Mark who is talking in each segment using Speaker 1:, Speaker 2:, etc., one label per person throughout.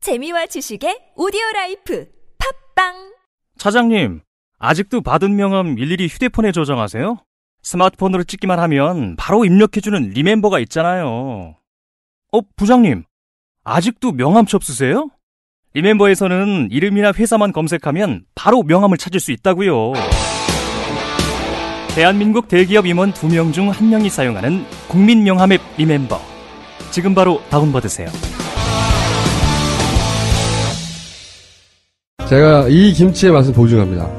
Speaker 1: 재미와 지식의 오디오 라이프 팝빵
Speaker 2: 차장님, 아직도 받은 명함 일일이 휴대폰에 저장하세요? 스마트폰으로 찍기만 하면 바로 입력해주는 리멤버가 있잖아요. 어, 부장님, 아직도 명함첩 쓰세요? 리멤버에서는 이름이나 회사만 검색하면 바로 명함을 찾을 수 있다고요. 대한민국 대기업 임원 2명 중 1명이 사용하는 국민 명함 앱 리멤버. 지금 바로 다운받으세요.
Speaker 3: 제가 이 김치의 맛을 보증합니다.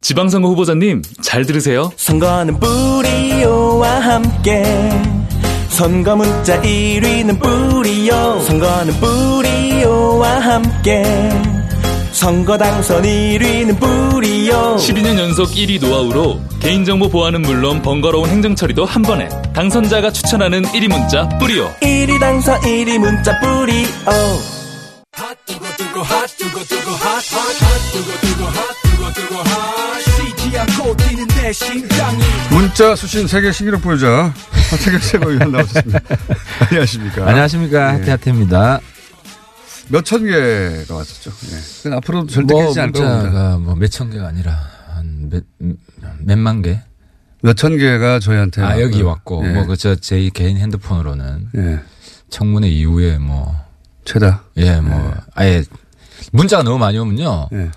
Speaker 4: 지방선거 후보자님, 잘 들으세요.
Speaker 5: 선거는 뿌리오와 함께 선거 문자 1위는 뿌리오 선거는 뿌리오와 함께 선거 당선 1위는 뿌리오
Speaker 4: 12년 연속 1위 노하우로 개인정보 보안은 물론 번거로운 행정처리도 한 번에 당선자가 추천하는 1위 문자 뿌리오.
Speaker 5: 1위 당선 1위 문자 뿌리오
Speaker 6: 문자 수신 세계 신기록 아, 보유자 하태경 최고위원 나오셨습니다. 안녕하십니까.
Speaker 7: 안녕하십니까
Speaker 6: 예.
Speaker 7: 하태하태입니다.
Speaker 6: 몇 천 개가 왔었죠. 예. 그건 앞으로도 절대
Speaker 7: 뭐
Speaker 6: 깨지지 않을 겁니다.
Speaker 7: 문자가 뭐 몇 천 개가 아니라 한 몇 몇만 개.
Speaker 6: 몇 천 개가 저희한테
Speaker 7: 아 여기
Speaker 6: 왔고.
Speaker 7: 왔고
Speaker 6: 예.
Speaker 7: 뭐 그 저 제 개인 핸드폰으로는
Speaker 3: 그-
Speaker 6: 예.
Speaker 7: 청문회 이후에 뭐 예 뭐
Speaker 6: 최다.
Speaker 7: 아예 문자가 너무 많이 오면요.
Speaker 6: 예.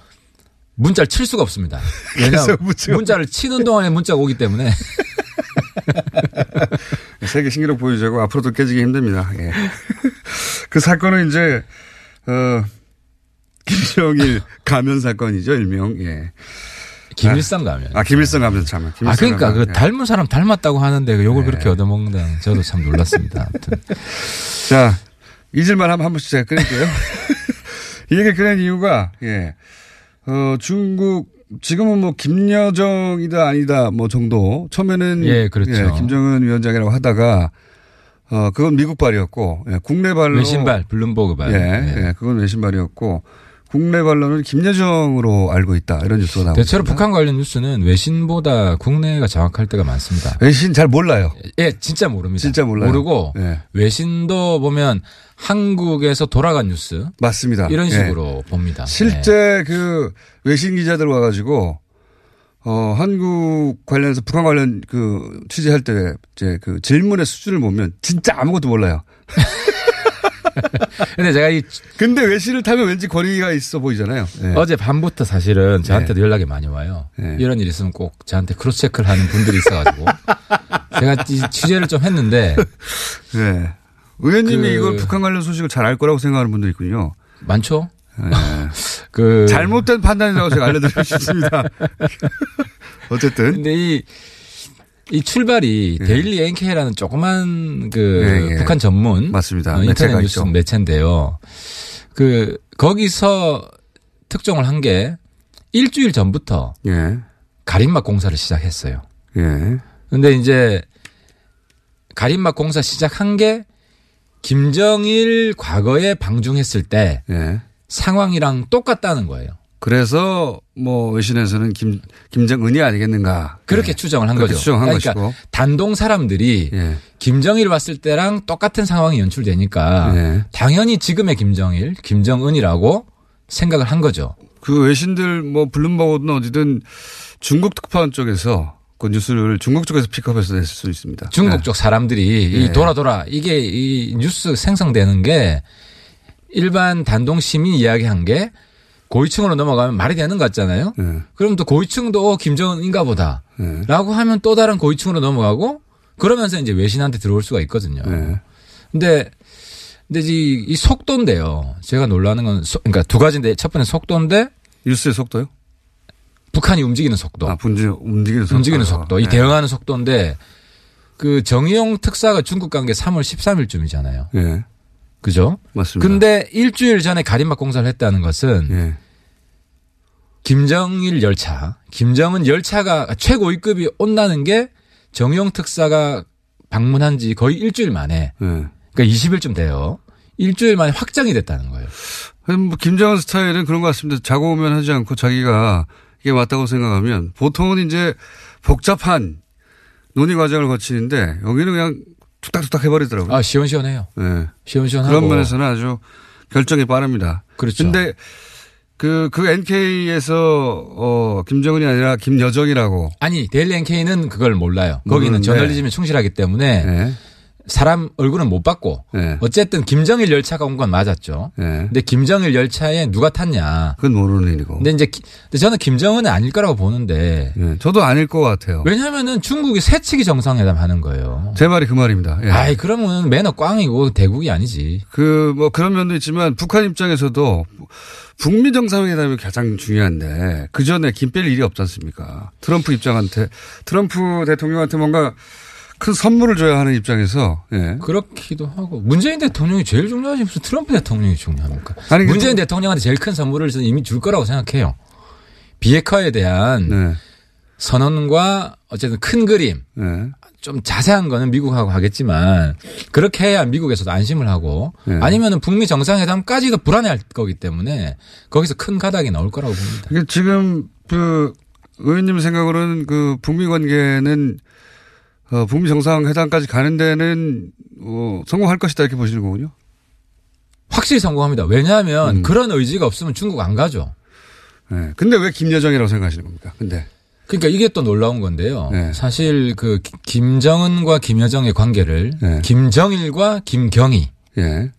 Speaker 7: 문자를 칠 수가 없습니다.
Speaker 6: 그래서
Speaker 7: 왜냐하면
Speaker 6: 문자가
Speaker 7: 문자를 치는 동안에 문자가 오기 때문에
Speaker 6: 세계 신기록 보유자고 앞으로도 깨지기 힘듭니다. 예. 그 사건은 이제 어 김정일 가면 사건이죠 일명. 예.
Speaker 7: 김일성 가면.
Speaker 6: 아 김일성 가면 참아.
Speaker 7: 아, 그러니까 그
Speaker 6: 예.
Speaker 7: 닮은 사람 닮았다고 하는데 욕을 그렇게 얻어먹는다. 저도 참 놀랐습니다. 아무튼.
Speaker 6: 자, 잊을만 하면 한 번씩 제가 끊을게요. 이 얘기를 끊은 이유가, 예. 어, 중국, 지금은 뭐 김여정이다 아니다 뭐 정도. 처음에는.
Speaker 7: 예, 그렇죠.
Speaker 6: 김정은 위원장이라고 하다가, 어, 그건 미국 발이었고, 예, 국내 발로.
Speaker 7: 외신발, 블룸버그 발.
Speaker 6: 예,
Speaker 7: 예.
Speaker 6: 예, 그건 외신 발이었고, 국내 발로는 김여정으로 알고 있다. 이런 뉴스가 나오고.
Speaker 7: 대체로
Speaker 6: 있습니다.
Speaker 7: 북한 관련 뉴스는 외신보다 국내가 정확할 때가 많습니다.
Speaker 6: 외신 잘 몰라요.
Speaker 7: 예, 진짜 모릅니다.
Speaker 6: 진짜 몰라요.
Speaker 7: 모르고
Speaker 6: 예.
Speaker 7: 외신도 보면 한국에서 돌아간 뉴스
Speaker 6: 맞습니다.
Speaker 7: 이런
Speaker 6: 예.
Speaker 7: 식으로 봅니다. 예.
Speaker 6: 실제 그 외신 기자들 와가지고 어 한국 관련해서 북한 관련 그 취재할 때 이제 그 질문의 수준을 보면 진짜 아무것도 몰라요.
Speaker 7: 근데 제가 이
Speaker 6: 근데 외신을 타면 왠지 거리가 있어 보이잖아요. 예.
Speaker 7: 어제 밤부터 사실은 저한테도 연락이 많이 와요.
Speaker 6: 예.
Speaker 7: 이런 일 있으면 꼭 저한테 크로스 체크를 하는 분들이 있어가지고 제가 이 취재를 좀 했는데
Speaker 6: 예. 의원님이
Speaker 7: 그-
Speaker 6: 이걸 북한 관련 소식을 잘 알 거라고 생각하는 분도 있군요.
Speaker 7: 많죠.
Speaker 6: 예.
Speaker 7: 그
Speaker 6: 잘못된 판단이라고 제가 알려드리고 싶습니다. 어쨌든
Speaker 7: 근데 이, 이 출발이 데일리 NK라는 조그만 그
Speaker 6: 예, 예.
Speaker 7: 북한 전문
Speaker 6: 맞습니다.
Speaker 7: 어,
Speaker 6: 매체가
Speaker 7: 인터넷 뉴스
Speaker 6: 있죠.
Speaker 7: 매체인데요. 그 거기서 특종을 한 게 일주일 전부터
Speaker 6: 예.
Speaker 7: 가림막 공사를 시작했어요.
Speaker 6: 예.
Speaker 7: 근데 이제 가림막 공사 시작한 게 김정일 과거에 방중했을 때
Speaker 6: 예.
Speaker 7: 상황이랑 똑같다는 거예요.
Speaker 6: 그래서 뭐 외신에서는 김 김정은이 아니겠는가
Speaker 7: 그렇게
Speaker 6: 예.
Speaker 7: 추정을 한
Speaker 6: 그렇게
Speaker 7: 거죠.
Speaker 6: 추정한
Speaker 7: 그러니까
Speaker 6: 것이고.
Speaker 7: 단동 사람들이
Speaker 6: 예.
Speaker 7: 김정일 왔을 때랑 똑같은 상황이 연출되니까
Speaker 6: 예.
Speaker 7: 당연히 지금의 김정일, 김정은이라고 생각을 한 거죠.
Speaker 6: 그 외신들 뭐 블룸버그든 어디든 중국 특파원 쪽에서 그 뉴스를 중국 쪽에서 픽업해서 냈을 수 있습니다.
Speaker 7: 중국
Speaker 6: 네.
Speaker 7: 쪽 사람들이
Speaker 6: 예.
Speaker 7: 이 돌아 돌아 이게 이 뉴스 생성되는 게 일반 단동 시민 이야기한 게 고위층으로 넘어가면 말이 되는 것 같잖아요.
Speaker 6: 네.
Speaker 7: 그럼 또 고위층도 어, 김정은인가 보다.
Speaker 6: 예.
Speaker 7: 라고 하면 또 다른 고위층으로 넘어가고 그러면서 이제 외신한테 들어올 수가 있거든요.
Speaker 6: 예. 네.
Speaker 7: 근데 근데 이, 이 속도인데요. 제가 놀라는 건 소- 그러니까 두 가지인데 첫 번째 속도인데
Speaker 6: 뉴스의 속도요?
Speaker 7: 북한이 움직이는 속도.
Speaker 6: 아, 분지, 움직이는 속도.
Speaker 7: 움직이는 속도. 이
Speaker 6: 네.
Speaker 7: 대응하는 속도인데 그 정의용 특사가 중국 간 게 3월 13일쯤이잖아요.
Speaker 6: 예.
Speaker 7: 그죠?
Speaker 6: 맞습니다. 예.
Speaker 7: 근데 일주일 전에 가림막 공사를 했다는 것은 김정일 열차, 김정은 열차가 최고위급이 온다는 게 정용 특사가 방문한 지 거의 일주일 만에
Speaker 6: 예.
Speaker 7: 그러니까 20일쯤 돼요. 일주일 만에 확정이 됐다는 거예요.
Speaker 6: 하여튼 뭐 김정은 스타일은 그런 것 같습니다. 자고 오면 하지 않고 자기가 이게 맞다고 생각하면 보통은 이제 복잡한 논의 과정을 거치는데 여기는 그냥 툭닥툭닥 해버리더라고요.
Speaker 7: 아, 시원시원해요.
Speaker 6: 예.
Speaker 7: 시원시원하고.
Speaker 6: 그런 면에서는 아주 결정이 빠릅니다.
Speaker 7: 그렇죠.
Speaker 6: 근데 그, 그 NK에서 어, 김정은이 아니라 김여정이라고.
Speaker 7: 아니, 데일리 NK는 그걸 몰라요. 거기는
Speaker 6: 모르는데.
Speaker 7: 저널리즘에 충실하기 때문에
Speaker 6: 네.
Speaker 7: 사람 얼굴은 못 봤고 어쨌든 김정일 열차가 온 건 맞았죠.
Speaker 6: 네.
Speaker 7: 근데 김정일 열차에 누가 탔냐.
Speaker 6: 그건 모르는 일이고.
Speaker 7: 근데 이제 기- 근데 저는 김정은은 아닐 거라고 보는데.
Speaker 6: 네. 저도 아닐 것 같아요.
Speaker 7: 왜냐하면은 중국이 새치기 정상회담 하는 거예요.
Speaker 6: 제 말이 그 말입니다. 예.
Speaker 7: 아이 그러면 매너 꽝이고 대국이 아니지.
Speaker 6: 그, 뭐 그런 면도 있지만 북한 입장에서도 북미 정상회담이 가장 중요한데 그 전에 김 뺄 일이 없지 않습니까? 트럼프 입장한테, 트럼프 대통령한테 뭔가 큰 선물을 줘야 하는 입장에서, 예.
Speaker 7: 그렇기도 하고 문재인 대통령이 제일 중요하지 무슨 트럼프 대통령이 중요합니까?
Speaker 6: 아니, 근데 뭐
Speaker 7: 문재인 대통령한테 제일 큰 선물을 저는 이미 줄 거라고 생각해요. 비핵화에 대한
Speaker 6: 네.
Speaker 7: 선언과 어쨌든 큰 그림
Speaker 6: 네.
Speaker 7: 좀 자세한 거는 미국하고 하겠지만 그렇게 해야 미국에서도 안심을 하고
Speaker 6: 네.
Speaker 7: 아니면은 북미 정상회담까지도 불안해할 거기 때문에 거기서 큰 가닥이 나올 거라고 봅니다.
Speaker 6: 이게 지금 그 의원님 생각으로는 그 북미 관계는 어, 북미 정상회담까지 가는 데는 어, 성공할 것이다 이렇게 보시는 거군요.
Speaker 7: 확실히 성공합니다. 왜냐하면
Speaker 6: 음.
Speaker 7: 그런 의지가 없으면 중국 안 가죠.
Speaker 6: 네. 근데 왜 김여정이라고 생각하시는 겁니까? 근데
Speaker 7: 그러니까 이게 또 놀라운 건데요.
Speaker 6: 네.
Speaker 7: 사실 그 기- 김정은과 김여정의 관계를
Speaker 6: 네.
Speaker 7: 김정일과 김경희
Speaker 6: 예.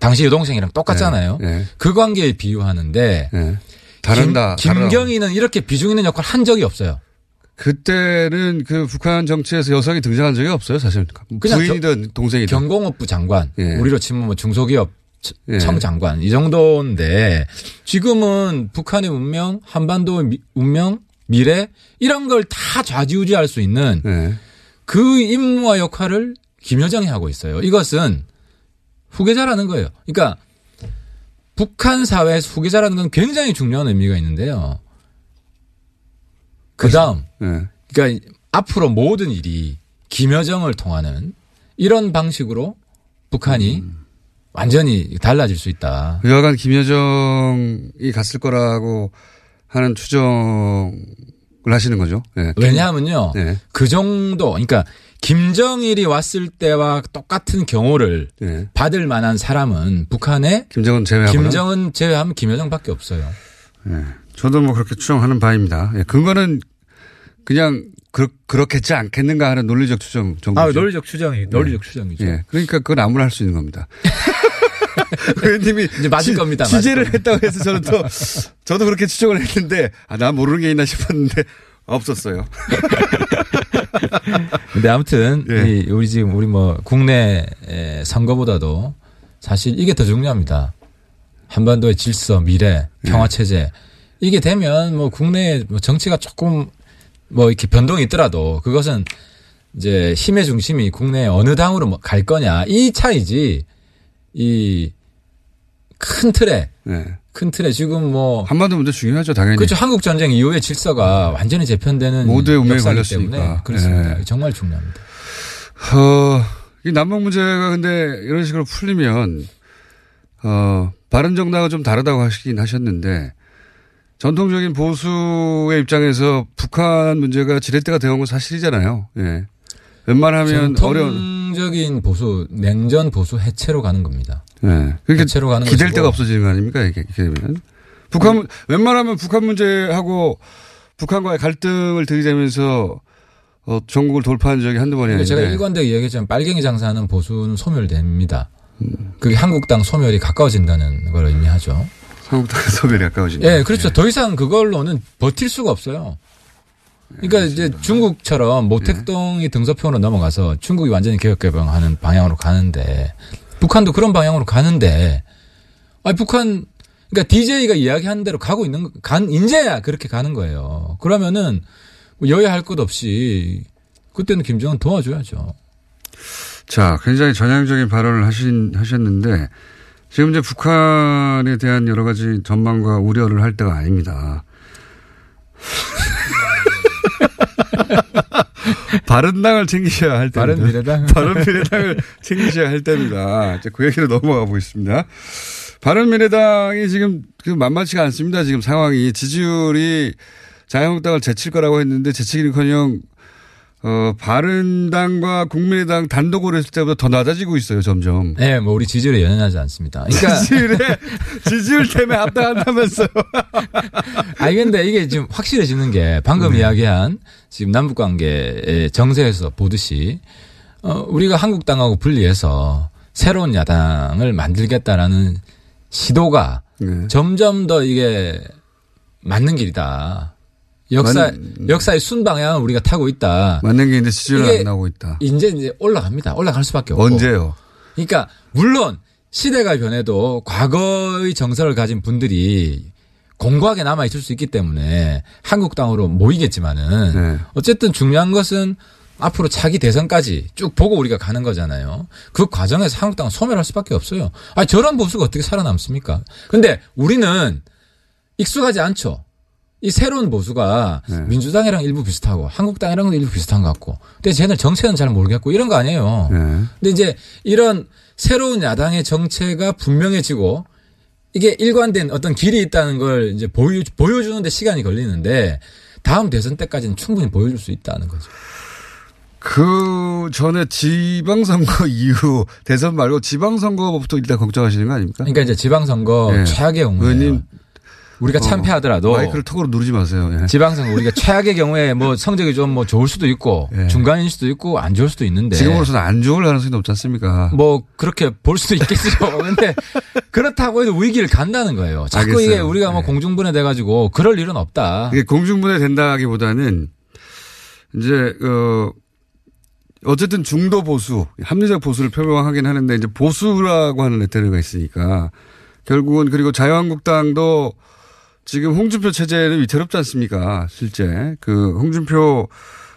Speaker 7: 당시 여동생이랑 똑같잖아요. 그 관계에 비유하는데
Speaker 6: 네. 예. 다른다,
Speaker 7: 김,
Speaker 6: 다르다고.
Speaker 7: 김경희는 이렇게 비중 있는 역할 한 적이 없어요.
Speaker 6: 그때는 그 북한 정치에서 여성이 등장한 적이 없어요, 사실.
Speaker 7: 그냥
Speaker 6: 부인이든 동생이든.
Speaker 7: 경공업부 장관, 우리로 치면 뭐 중소기업 청-
Speaker 6: 예.
Speaker 7: 청장관 이 정도인데 지금은 북한의 운명, 한반도의 미- 운명, 미래 이런 걸 다 좌지우지할 수 있는
Speaker 6: 예.
Speaker 7: 그 임무와 역할을 김여정이 하고 있어요. 이것은 후계자라는 거예요. 그러니까 북한 사회에서 후계자라는 건 굉장히 중요한 의미가 있는데요. 그 다음,
Speaker 6: 예.
Speaker 7: 그러니까 앞으로 모든 일이 김여정을 통하는 이런 방식으로 북한이
Speaker 6: 음.
Speaker 7: 완전히 달라질 수 있다.
Speaker 6: 여하간 김여정이 갔을 거라고 하는 추정을 하시는 거죠. 예.
Speaker 7: 왜냐하면요,
Speaker 6: 예.
Speaker 7: 그 정도, 그러니까 김정일이 왔을 때와 똑같은 경호를
Speaker 6: 예.
Speaker 7: 받을 만한 사람은 북한에
Speaker 6: 김정은 제외하고는
Speaker 7: 김정은 제외하면 김여정밖에 없어요.
Speaker 6: 예. 저도 뭐 그렇게 추정하는 바입니다. 예. 근거는 그냥 그, 그렇겠지 않겠는가 하는 논리적 추정 정도.
Speaker 7: 아, 논리적 추정이 논리적 추정이죠.
Speaker 6: 예. 그러니까 그건 아무나 할 수 있는 겁니다. 의원님이
Speaker 7: 이제 맞을
Speaker 6: 취-
Speaker 7: 겁니다. 맞을
Speaker 6: 취재를
Speaker 7: 겁니다.
Speaker 6: 했다고 해서 저는 또 저도 그렇게 추정을 했는데 아, 나 모르는 게 있나 싶었는데 없었어요.
Speaker 7: 근데 아무튼
Speaker 6: 예.
Speaker 7: 이 우리 지금 우리 뭐 국내 에, 선거보다도 사실 이게 더 중요합니다. 한반도의 질서, 미래,
Speaker 6: 예.
Speaker 7: 평화 체제 이게 되면 뭐 국내 뭐 정치가 조금 뭐 이렇게 변동이 있더라도 그것은 이제 힘의 중심이 국내 어느 당으로 뭐갈 거냐 이 차이지 이 큰 틀에
Speaker 6: 예.
Speaker 7: 큰 틀에 지금 뭐
Speaker 6: 한반도 문제 중요하죠, 당연히.
Speaker 7: 그렇죠 한국 전쟁 이후의 질서가 완전히 재편되는
Speaker 6: 모두의 운명이
Speaker 7: 역사이기
Speaker 6: 걸렸으니까.
Speaker 7: 때문에 그렇습니다.
Speaker 6: 예.
Speaker 7: 정말 중요합니다.
Speaker 6: 어, 이 남북 문제가 근데 이런 식으로 풀리면 어, 바른 정당은 좀 다르다고 하시긴 하셨는데 전통적인 보수의 입장에서 북한 문제가 지렛대가 되어온 건 사실이잖아요. 예. 웬만하면 어려운
Speaker 7: 전통적인 보수 냉전 보수 해체로 가는 겁니다.
Speaker 6: 예. 그러니까
Speaker 7: 해체로 가는
Speaker 6: 기댈
Speaker 7: 것이고.
Speaker 6: 데가 없어지는 거 아닙니까? 이게 이렇게 되면 북한 문- 웬만하면 북한 문제하고 북한과의 갈등을 들이대면서 어, 전국을 돌파한 적이 한두 번이
Speaker 7: 그러니까
Speaker 6: 아닌데
Speaker 7: 제가 일관되게 얘기했지만 빨갱이 장사는 보수는 소멸됩니다.
Speaker 6: 음.
Speaker 7: 그게 한국당 소멸이 가까워진다는 걸 의미하죠.
Speaker 6: 한국당 소멸이 가까워진다.
Speaker 7: 예, 그렇죠. 더 이상 그걸로는 버틸 수가 없어요. 그러니까 이제 중국처럼 모택동이 등서표로 넘어가서 중국이 완전히 개혁개방하는 방향으로 가는데 북한도 그런 방향으로 가는데 아니 북한 그러니까 DJ가 이야기하는 대로 가고 있는 간 인제야 그렇게 가는 거예요. 그러면은 뭐 여야 할 것 없이 그때는 김정은 도와줘야죠.
Speaker 6: 자, 굉장히 전향적인 발언을 하신, 하셨는데, 지금 이제 북한에 대한 여러 가지 전망과 우려를 할 때가 아닙니다. 바른당을 챙기셔야 할 때입니다.
Speaker 7: 바른미래당.
Speaker 6: 바른미래당을 챙기셔야 할 때입니다. 이제 그 얘기로 넘어가 보겠습니다. 바른미래당이 지금 그 만만치가 않습니다. 지금 상황이 지지율이 자유한국당을 제칠 거라고 했는데 제치기는커녕 어, 바른당과 국민의당 단독으로 했을 때보다 더 낮아지고 있어요, 점점.
Speaker 7: 예, 뭐 우리 지지율에 연연하지 않습니다. 그러니까
Speaker 6: 지지율에, 지지율 때문에 합당한다면서요.
Speaker 7: 아니 근데 이게 지금 확실해지는 게 방금
Speaker 6: 네.
Speaker 7: 이야기한 지금 남북 관계의 정세에서 보듯이 어 우리가 한국당하고 분리해서 새로운 야당을 만들겠다라는 시도가
Speaker 6: 네.
Speaker 7: 점점 더 이게 맞는 길이다. 역사 역사의 순방향을 우리가 타고 있다.
Speaker 6: 맞는 게 이제 지지율이
Speaker 7: 이게
Speaker 6: 안 나오고 있다.
Speaker 7: 이제 이제 올라갑니다. 올라갈 수밖에 없고.
Speaker 6: 언제요?
Speaker 7: 그러니까 물론 시대가 변해도 과거의 정서를 가진 분들이 공고하게 남아 있을 수 있기 때문에 한국당으로 모이겠지만은
Speaker 6: 네.
Speaker 7: 어쨌든 중요한 것은 앞으로 차기 대선까지 쭉 보고 우리가 가는 거잖아요. 그 과정에서 한국당은 소멸할 수밖에 없어요. 아 저런 보수가 어떻게 살아남습니까? 근데 우리는 익숙하지 않죠. 이 새로운 보수가
Speaker 6: 네.
Speaker 7: 민주당이랑 일부 비슷하고 한국당이랑은 일부 비슷한 것 같고, 근데 쟤는 정체는 잘 모르겠고 이런 거 아니에요.
Speaker 6: 네.
Speaker 7: 근데 이제 이런 새로운 야당의 정체가 분명해지고 이게 일관된 어떤 길이 있다는 걸 이제 보여, 보여주는데 시간이 걸리는데 다음 대선 때까지는 충분히 보여줄 수 있다는 거죠.
Speaker 6: 그 전에 지방선거 이후 대선 말고 지방선거부터 일단 걱정하시는 거 아닙니까?
Speaker 7: 그러니까 이제 지방선거
Speaker 6: 예.
Speaker 7: 최악의 경우에
Speaker 6: 의원님,
Speaker 7: 우리가
Speaker 6: 어,
Speaker 7: 참패하더라도
Speaker 6: 마이크를 턱으로 누르지 마세요. 예.
Speaker 7: 지방선거 우리가 최악의 경우에 뭐 성적이 좀 뭐 좋을 수도 있고
Speaker 6: 예.
Speaker 7: 중간일 수도 있고 안 좋을 수도 있는데
Speaker 6: 지금으로서는 안 좋을 가능성이 높지 않습니까?
Speaker 7: 뭐 그렇게 볼 수도 있겠죠. 근데 그렇다고 해도 위기를 간다는 거예요. 자꾸 이게
Speaker 6: 알겠어요. 예.
Speaker 7: 우리가 뭐
Speaker 6: 네.
Speaker 7: 공중분해 돼 가지고 그럴 일은 없다.
Speaker 6: 이게 공중분해 된다기보다는 이제 어 어쨌든 중도 보수, 합리적 보수를 표명하긴 하는데 이제 보수라고 하는 레테르가 있으니까 결국은 그리고 자유한국당도 지금 홍준표 체제는 위태롭지 않습니까? 실제 그 홍준표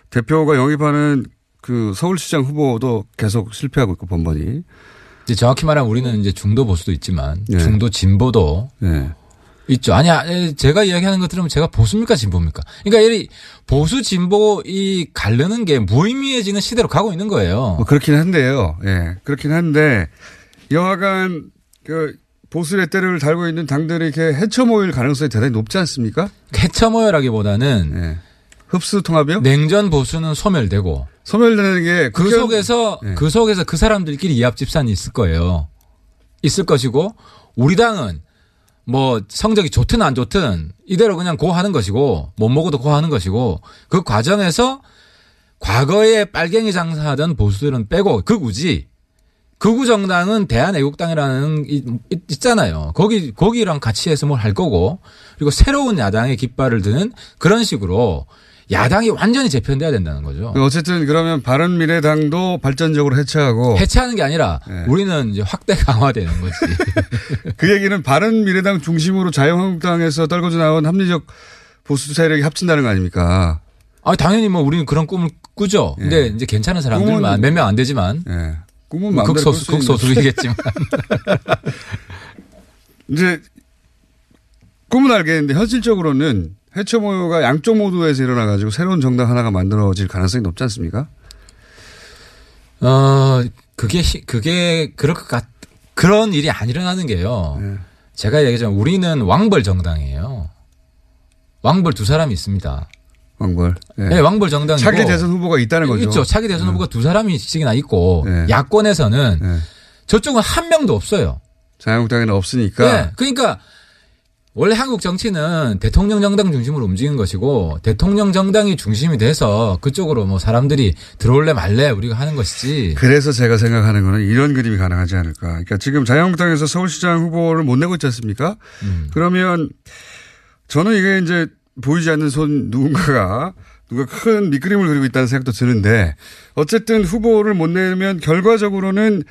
Speaker 6: 대표가 영입하는 그 서울시장 후보도 계속 실패하고 있고 번번이.
Speaker 7: 이제 정확히 말하면 우리는 이제 중도 보수도 있지만
Speaker 6: 네.
Speaker 7: 중도 진보도
Speaker 6: 예.
Speaker 7: 있죠. 아니야, 에, 제가 이야기하는 것 들으면 제가 보수입니까 진보입니까? 그러니까 이 보수 진보 이 갈르는 게 무의미해지는 시대로 가고 있는 거예요.
Speaker 6: 뭐 그렇긴 한데요. 예, 그렇긴 한데 여하간 그 보수 레테를 달고 있는 당들이 이렇게 헤쳐 모일 가능성이 대단히 높지 않습니까?
Speaker 7: 해처모여라기보다는
Speaker 6: 예. 흡수 통합이요?
Speaker 7: 냉전 보수는 소멸되고
Speaker 6: 소멸되는 게
Speaker 7: 네. 그
Speaker 6: 국경-
Speaker 7: 속에서
Speaker 6: 예.
Speaker 7: 그 속에서 그 사람들끼리 이합 집산이 있을 거예요. 있을 것이고 우리 당은 뭐 성적이 좋든 안 좋든 이대로 그냥 고하는 것이고 못 먹어도 고하는 것이고 그 과정에서 과거에 빨갱이 장사하던 보수들은 빼고 그 극우지 극우 정당은 대한애국당이라는 이- 이- 있잖아요. 거기 거기랑 같이 해서 뭘 할 거고 그리고 새로운 야당의 깃발을 드는 그런 식으로 야당이 완전히 재편돼야 된다는 거죠.
Speaker 6: 그 어쨌든 그러면 바른 미래당도 발전적으로 해체하고
Speaker 7: 해체하는 게 아니라
Speaker 6: 네.
Speaker 7: 우리는 이제 확대 강화되는 거지.
Speaker 6: 그 얘기는 바른 미래당 중심으로 자유한국당에서 떨궈져 나온 합리적 보수 세력이 합친다는 거 아닙니까?
Speaker 7: 아 당연히 뭐 우리는 그런 꿈을 꾸죠. 근데 이제 괜찮은
Speaker 6: 예. 꿈은-
Speaker 7: 사람들만 몇 명 안 되지만
Speaker 6: 예. 꿈은 마음대로 꿀수
Speaker 7: 극소수
Speaker 6: 있는
Speaker 7: 극소수이겠지만
Speaker 6: 이제 꿈은 알겠는데 현실적으로는 해체 모여가 양쪽 모두에서 일어나가지고 새로운 정당 하나가 만들어질 가능성이 높지 않습니까?
Speaker 7: 어 그게 시- 그게 그럴 것 같. 그런 일이 안 일어나는 게요.
Speaker 6: 예.
Speaker 7: 제가 얘기하자면 우리는 왕벌 정당이에요. 왕벌 두 사람이 있습니다.
Speaker 6: 왕벌. 예.
Speaker 7: 네, 왕벌 정당이고
Speaker 6: 차기 대선 후보가 있다는 거죠.
Speaker 7: 있죠. 차기 대선 후보가 두 사람이씩이나 있고
Speaker 6: 네.
Speaker 7: 야권에서는
Speaker 6: 예.
Speaker 7: 저쪽은 한 명도 없어요.
Speaker 6: 자유한국당에는 없으니까
Speaker 7: 네. 그러니까 네, 원래 한국 정치는 대통령 정당 중심으로 움직인 것이고 대통령 정당이 중심이 돼서 그쪽으로 뭐 사람들이 들어올래 말래 우리가 하는 것이지.
Speaker 6: 그래서 제가 생각하는 거는 이런 그림이 가능하지 않을까. 그러니까 지금 자유한국당에서 서울시장 후보를 못 내고 있지 않습니까? 음. 그러면 저는 이게 이제 보이지 않는 손 누군가가 누가 큰 밑그림을 그리고 있다는 생각도 드는데 어쨌든 후보를 못 내면 결과적으로는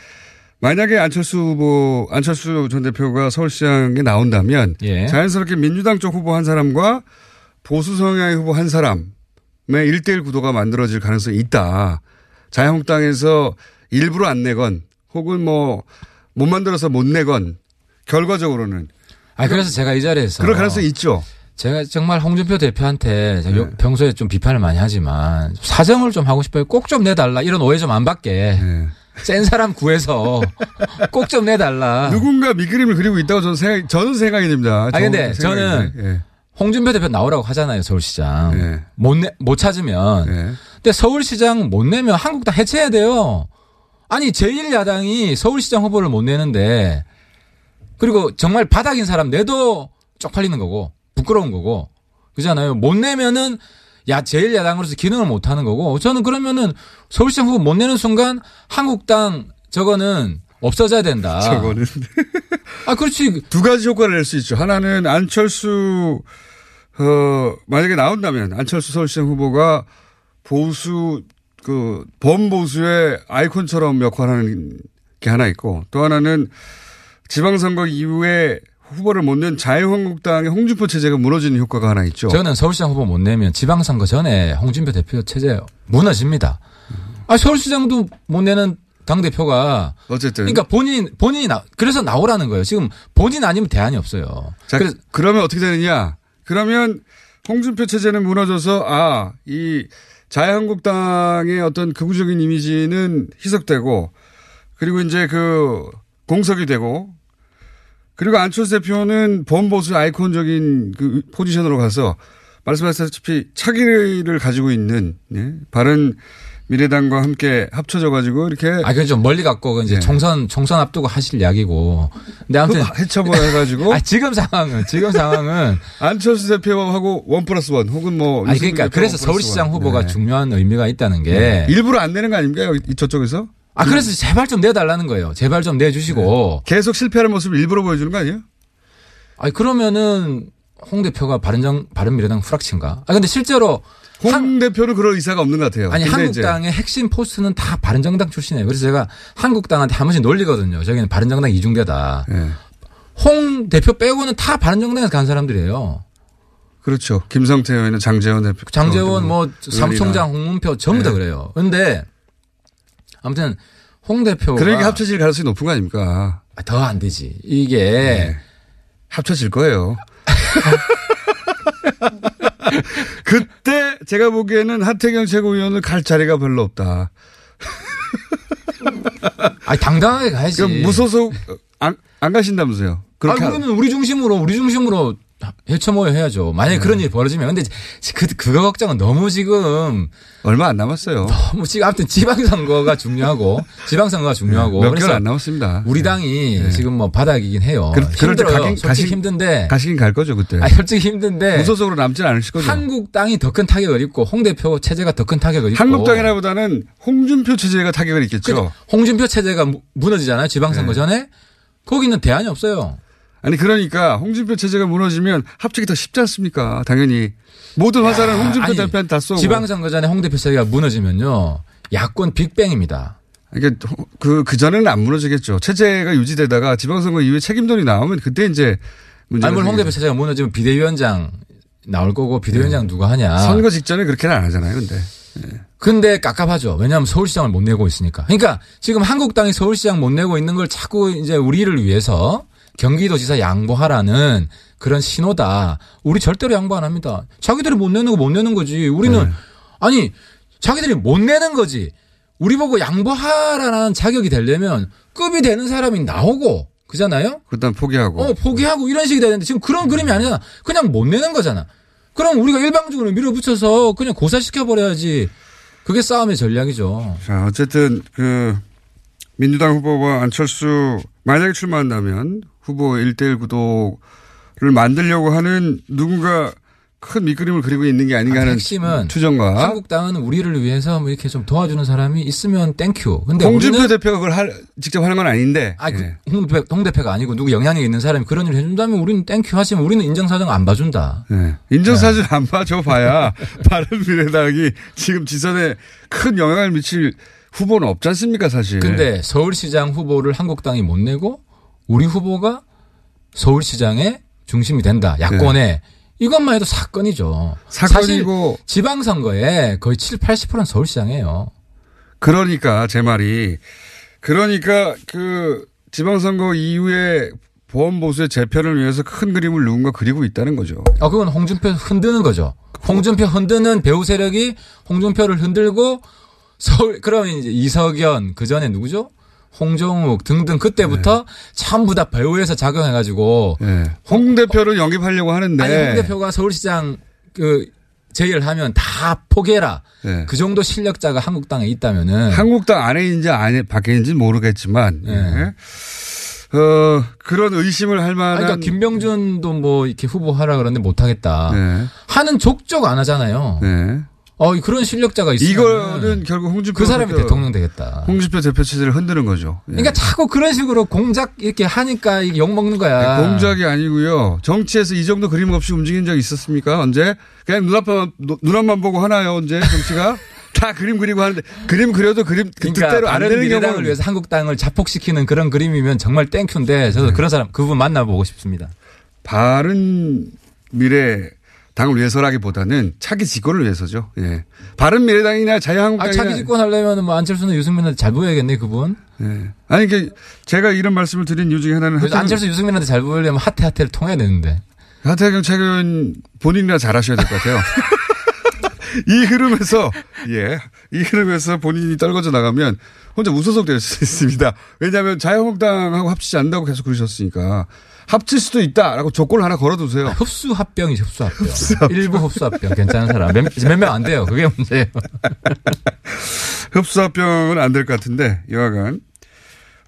Speaker 6: 만약에 안철수 후보, 안철수 전 대표가 서울시장에 나온다면 예. 자연스럽게 민주당 쪽 후보 한 사람과 보수 성향의 후보 한 사람의 일대일 구도가 만들어질 가능성이 있다. 자유한국당에서 일부러 안 내건 혹은 뭐 못 만들어서 못 내건 결과적으로는
Speaker 7: 아 그래서 제가 이 자리에서
Speaker 6: 그럴 가능성이 있죠.
Speaker 7: 제가 정말 홍준표 대표한테 네. 평소에 좀 비판을 많이 하지만 사정을 좀 하고 싶어요. 꼭 좀 내달라 이런 오해 좀 안 받게.
Speaker 6: 예.
Speaker 7: 네. 센 사람 구해서 꼭 좀 내달라.
Speaker 6: 누군가 밑그림을 그리고 있다고 저는 생각, 저는 생각이 듭니다.
Speaker 7: 아, 근데 저는 예. 홍준표 대표 나오라고 하잖아요, 서울시장.
Speaker 6: 네.
Speaker 7: 예. 못, 내, 못 찾으면. 예. 근데 서울시장 못 내면 한국당 해체해야 돼요. 아니, 제1야당이 서울시장 후보를 못 내는데 그리고 정말 바닥인 사람 내도 쪽팔리는 거고 부끄러운 거고 그잖아요. 못 내면은 야 제일 야당으로서 기능을 못 하는 거고 저는 그러면은 서울시장 후보 못 내는 순간 한국당 저거는 없어져야 된다.
Speaker 6: 저거는
Speaker 7: 아 그렇지
Speaker 6: 두 가지 효과를 낼 수 있죠. 하나는 안철수 어 만약에 나온다면 안철수 서울시장 후보가 보수 그 범보수의 아이콘처럼 역할하는 게 하나 있고 또 하나는 지방선거 이후에 후보를 못 낸 자유한국당의 홍준표 체제가 무너지는 효과가 하나 있죠.
Speaker 7: 저는 서울시장 후보 못 내면 지방선거 전에 홍준표 대표 체제 무너집니다. 아 서울시장도 못 내는 당 대표가
Speaker 6: 어쨌든
Speaker 7: 그러니까 본인 본인이 나 그래서 나오라는 거예요. 지금 본인 아니면 대안이 없어요.
Speaker 6: 자, 그래서 그러면 어떻게 되느냐? 그러면 홍준표 체제는 무너져서 아 이 자유한국당의 어떤 극우적인 이미지는 희석되고 그리고 이제 그 공석이 되고 그리고 안철수 대표는 범보수 아이콘적인 그 포지션으로 가서 말씀하셨다시피 차기를 가지고 있는 예? 바른 미래당과 함께 합쳐져 가지고 이렇게
Speaker 7: 아 그건 좀 멀리 갖고
Speaker 6: 네.
Speaker 7: 이제 예. 총선 총선 앞두고 하실 이야기고 근데 아무튼
Speaker 6: 해쳐버 해가지고
Speaker 7: 아, 지금 상황은 지금 상황은
Speaker 6: 안철수 대표하고 원 플러스 원 혹은 뭐
Speaker 7: 아 그러니까 그래서 서울시장 1. 후보가 네. 중요한 의미가 있다는 게
Speaker 6: 네. 일부러 안 내는 거 아닙니까 여기 저쪽에서
Speaker 7: 아, 그래서 제발 좀 내달라는 거예요. 제발 좀 내주시고.
Speaker 6: 네. 계속 실패하는 모습을 일부러 보여주는 거 아니에요? 네.
Speaker 7: 아니, 그러면은 홍 대표가 바른정, 바른미래당 후락친가? 아, 근데 실제로.
Speaker 6: 홍 한, 대표는 그럴 의사가 없는 것 같아요.
Speaker 7: 아니, 한국당의 네, 이제. 핵심 포스는 다 바른정당 출신이에요. 그래서 제가 한국당한테 한 번씩 놀리거든요. 저기는 바른정당 이중대다. 네. 홍 대표 빼고는 다 바른정당에서 간 사람들이에요.
Speaker 6: 그렇죠. 김성태 의원은 장재원 대표.
Speaker 7: 장재원 뭐 삼총장 홍문표 전부 다 네. 그래요. 근데 아무튼 홍 대표가
Speaker 6: 그러니까 합쳐질 가능성이 높은 거 아닙니까?
Speaker 7: 아, 더안 되지. 이게 네.
Speaker 6: 합쳐질 거예요. 그때 제가 보기에는 하태경 최고위원을 갈 자리가 별로 없다.
Speaker 7: 아 당당하게 가야지.
Speaker 6: 그러니까 무소속 안, 안 가신다면서요?
Speaker 7: 그렇게 아, 우리는 우리 중심으로 우리 중심으로 해쳐모여 해야죠. 만약에 네. 그런 일이 벌어지면. 근데 그, 그거 걱정은 너무 지금.
Speaker 6: 얼마 안 남았어요.
Speaker 7: 너무 지금 아무튼 지방선거가 중요하고 지방선거가 중요하고.
Speaker 6: 네, 몇 개월 안 남았습니다.
Speaker 7: 우리 당이 네. 지금 뭐 바닥이긴 해요.
Speaker 6: 그,
Speaker 7: 그럴 힘들어요. 가긴, 솔직히 가시, 힘든데.
Speaker 6: 가시긴 갈 거죠 그때.
Speaker 7: 아 솔직히 힘든데.
Speaker 6: 무소속으로 남진 않으실 거죠.
Speaker 7: 한국당이 더 큰 타격을 입고 홍 대표 체제가 더 큰 타격을 입고.
Speaker 6: 한국당이라보다는 홍준표 체제가 타격을 입겠죠. 네. 그러니까
Speaker 7: 홍준표 체제가 무너지잖아요. 지방선거 전에. 거기는 대안이 없어요.
Speaker 6: 아니 그러니까 홍준표 체제가 무너지면 합치기 더 쉽지 않습니까? 당연히 모든 그 화살은 야, 홍준표 아니, 대표한테 다 쏘고
Speaker 7: 지방선거 전에 홍 대표 체제가 무너지면요 야권 빅뱅입니다.
Speaker 6: 그러니까 그그 전에는 안 무너지겠죠. 체제가 유지되다가 지방선거 이후에 책임론이 나오면 그때 이제
Speaker 7: 문제가 아니 물홍 대표 체제가 무너지면 비대위원장 나올 거고 비대위원장 네. 누가 하냐.
Speaker 6: 선거 직전에 그렇게는 안 하잖아요. 근데. 네.
Speaker 7: 근데 깝깝하죠. 왜냐하면 서울시장을 못 내고 있으니까. 그러니까 지금 한국당이 서울시장 못 내고 있는 걸 자꾸 이제 우리를 위해서 경기도지사 양보하라는 그런 신호다. 우리 절대로 양보 안 합니다. 자기들이 못 내는 거 못 내는 거지. 우리는 네. 아니 자기들이 못 내는 거지. 우리 보고 양보하라는 자격이 되려면 급이 되는 사람이 나오고 그잖아요.
Speaker 6: 그다음 포기하고.
Speaker 7: 어 포기하고 이런 식이 되는데 지금 그런 그림이 아니잖아. 그냥 못 내는 거잖아. 그럼 우리가 일방적으로 밀어붙여서 그냥 고사시켜 버려야지. 그게 싸움의 전략이죠.
Speaker 6: 자 어쨌든 그 민주당 후보와 안철수 만약에 출마한다면 후보 1대1 구도가 를 만들려고 하는 누군가 큰 밑그림을 그리고 있는 게 아닌가 하는
Speaker 7: 핵심은
Speaker 6: 추정과
Speaker 7: 한국당은 우리를 위해서 뭐 이렇게 좀 도와주는 사람이 있으면 땡큐. 근데
Speaker 6: 홍준표
Speaker 7: 우리는
Speaker 6: 대표가 그걸 할- 직접 하는 건 아닌데 예.
Speaker 7: 아, 그, 홍, 대표, 홍 대표가 아니고 누구 영향력 있는 사람이 그런 일을 해준다면 우리는 땡큐 하지만 우리는 인정사정 안 봐준다.
Speaker 6: 예. 인정사진
Speaker 7: 아.
Speaker 6: 안 봐줘봐야 바른미래당이 지금 지선에 큰 영향을 미칠 후보는 없지 않습니까 사실
Speaker 7: 근데 서울시장 후보를 한국당이 못 내고 우리 후보가 서울시장의 중심이 된다. 야권에. 이것만 해도 사건이죠.
Speaker 6: 사건이고.
Speaker 7: 사실 지방선거에 거의 7, 80%는 서울시장이에요.
Speaker 6: 그러니까 제 말이 그러니까 그 지방선거 이후에 보험 보수의 재편을 위해서 큰 그림을 누군가 그리고 있다는 거죠.
Speaker 7: 아, 그건 홍준표 흔드는 거죠. 홍준표 흔드는 배우 세력이 홍준표를 흔들고 서울, 그러면 이제 이석연, 그 전에 누구죠? 홍정욱 등등 그때부터 전부 다 배우에서 작용해가지고
Speaker 6: 네. 예. 홍 대표를 영입하려고 하는데
Speaker 7: 어, 아니 홍 대표가 서울시장 그 제의를 하면 다 포기해라.
Speaker 6: 네.
Speaker 7: 그 정도 실력자가 한국당에 있다면은
Speaker 6: 한국당 안에인지 안에 밖에인지 모르겠지만 예. 어, 그런 의심을 할
Speaker 7: 네. 아니,
Speaker 6: 만한
Speaker 7: 그러니까 김병준도 뭐 이렇게 후보하라 그러는데 못하겠다.
Speaker 6: 네.
Speaker 7: 하는 족족 안 하잖아요.
Speaker 6: 네.
Speaker 7: 어 그런 실력자가 있으면
Speaker 6: 이거는 결국 홍준표
Speaker 7: 그 사람이
Speaker 6: 대표-
Speaker 7: 대통령 되겠다.
Speaker 6: 홍준표 대표 체제를 흔드는 거죠. 예.
Speaker 7: 그러니까 자꾸 그런 식으로 공작 이렇게 하니까 이게 욕 먹는 거야.
Speaker 6: 네, 공작이 아니고요. 정치에서 이 정도 그림 없이 움직인 적 있었습니까? 언제? 그냥 눈앞만 노- 눈앞만 보고 하나요? 언제 정치가 다 그림 그리고 하는데 그림 그려도 그림 그 뜻대로
Speaker 7: 그러니까
Speaker 6: 안 되는
Speaker 7: 바른미래당을
Speaker 6: 경우는
Speaker 7: 위해서 한국당을 자폭시키는 그런 그림이면 정말 땡큐인데
Speaker 6: 네.
Speaker 7: 저도 그런 사람 그분 만나보고 싶습니다.
Speaker 6: 바른 미래 당을 위해서라기보다는 차기 집권을 위해서죠. 예. 바른 미래당이나
Speaker 7: 아,
Speaker 6: 자유한국당이나
Speaker 7: 자기 집권하려면 뭐 안철수는 유승민한테 잘 보여야겠네 그분.
Speaker 6: 예. 아니 그 제가 이런 말씀을 드린 이유 중에 하나는
Speaker 7: 그래서
Speaker 6: 하태경-
Speaker 7: 안철수 유승민한테 잘 보이려면 하태 하태를 통해야 되는데.
Speaker 6: 하태경 최근 본인이나 잘하셔야 될 것 같아요. 이 흐름에서 예, 이 흐름에서 본인이 떨궈져 나가면 혼자 무소속 될 수 있습니다. 왜냐하면 자유한국당하고 합치지 않는다고 계속 그러셨으니까 합칠 수도 있다라고 조건을 하나 걸어두세요.
Speaker 7: 흡수 합병이 흡수 합병. 일부 흡수 합병 괜찮은 사람 몇명 안 돼요. 그게 문제예요.
Speaker 6: 흡수합병은 안 될 것 같은데 여하간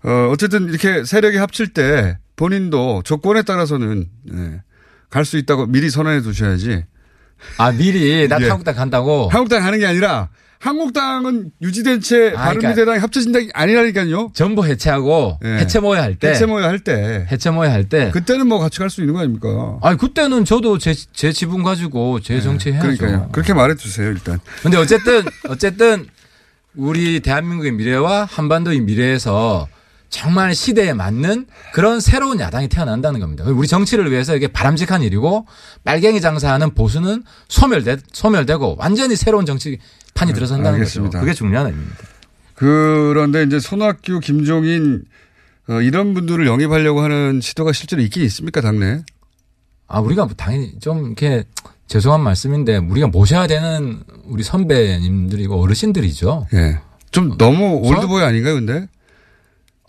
Speaker 6: 어, 어쨌든 이렇게 세력이 합칠 때 본인도 조건에 따라서는 예, 갈 수 있다고 미리 선언해 두셔야지
Speaker 7: 아 미리 나
Speaker 6: 예.
Speaker 7: 한국당 간다고.
Speaker 6: 한국당 가는 게 아니라 한국당은 유지된 채
Speaker 7: 아, 그러니까
Speaker 6: 바른미래당이 합쳐진 게 아니라니까요.
Speaker 7: 전부 해체하고 해체 모여 할 때.
Speaker 6: 예. 해체 모여 할 때.
Speaker 7: 해체 모여 할 때.
Speaker 6: 그때는 뭐 같이 갈 수 있는 거 아닙니까?
Speaker 7: 아니 그때는 저도 제, 제 지분 가지고 제 정치 아, 해야죠.
Speaker 6: 예. 그러니까요. 그렇게 말해 주세요, 일단.
Speaker 7: 근데 어쨌든 어쨌든 우리 대한민국의 미래와 한반도의 미래에서 정말 시대에 맞는 그런 새로운 야당이 태어난다는 겁니다. 우리 정치를 위해서 이게 바람직한 일이고 빨갱이 장사하는 보수는 소멸돼 소멸되고 완전히 새로운 정치판이 들어선다는
Speaker 6: 네, 알겠습니다.
Speaker 7: 거죠. 그게 중요한 의미입니다.
Speaker 6: 그런데 이제 손학규, 김종인 어, 이런 분들을 영입하려고 하는 시도가 실제로 있긴 있습니까, 당내?
Speaker 7: 아 우리가 뭐 당연히 좀 이렇게 죄송한 말씀인데 우리가 모셔야 되는 우리 선배님들이고 어르신들이죠.
Speaker 6: 예. 좀 너무
Speaker 7: 저-
Speaker 6: 올드보이 아닌가요, 근데?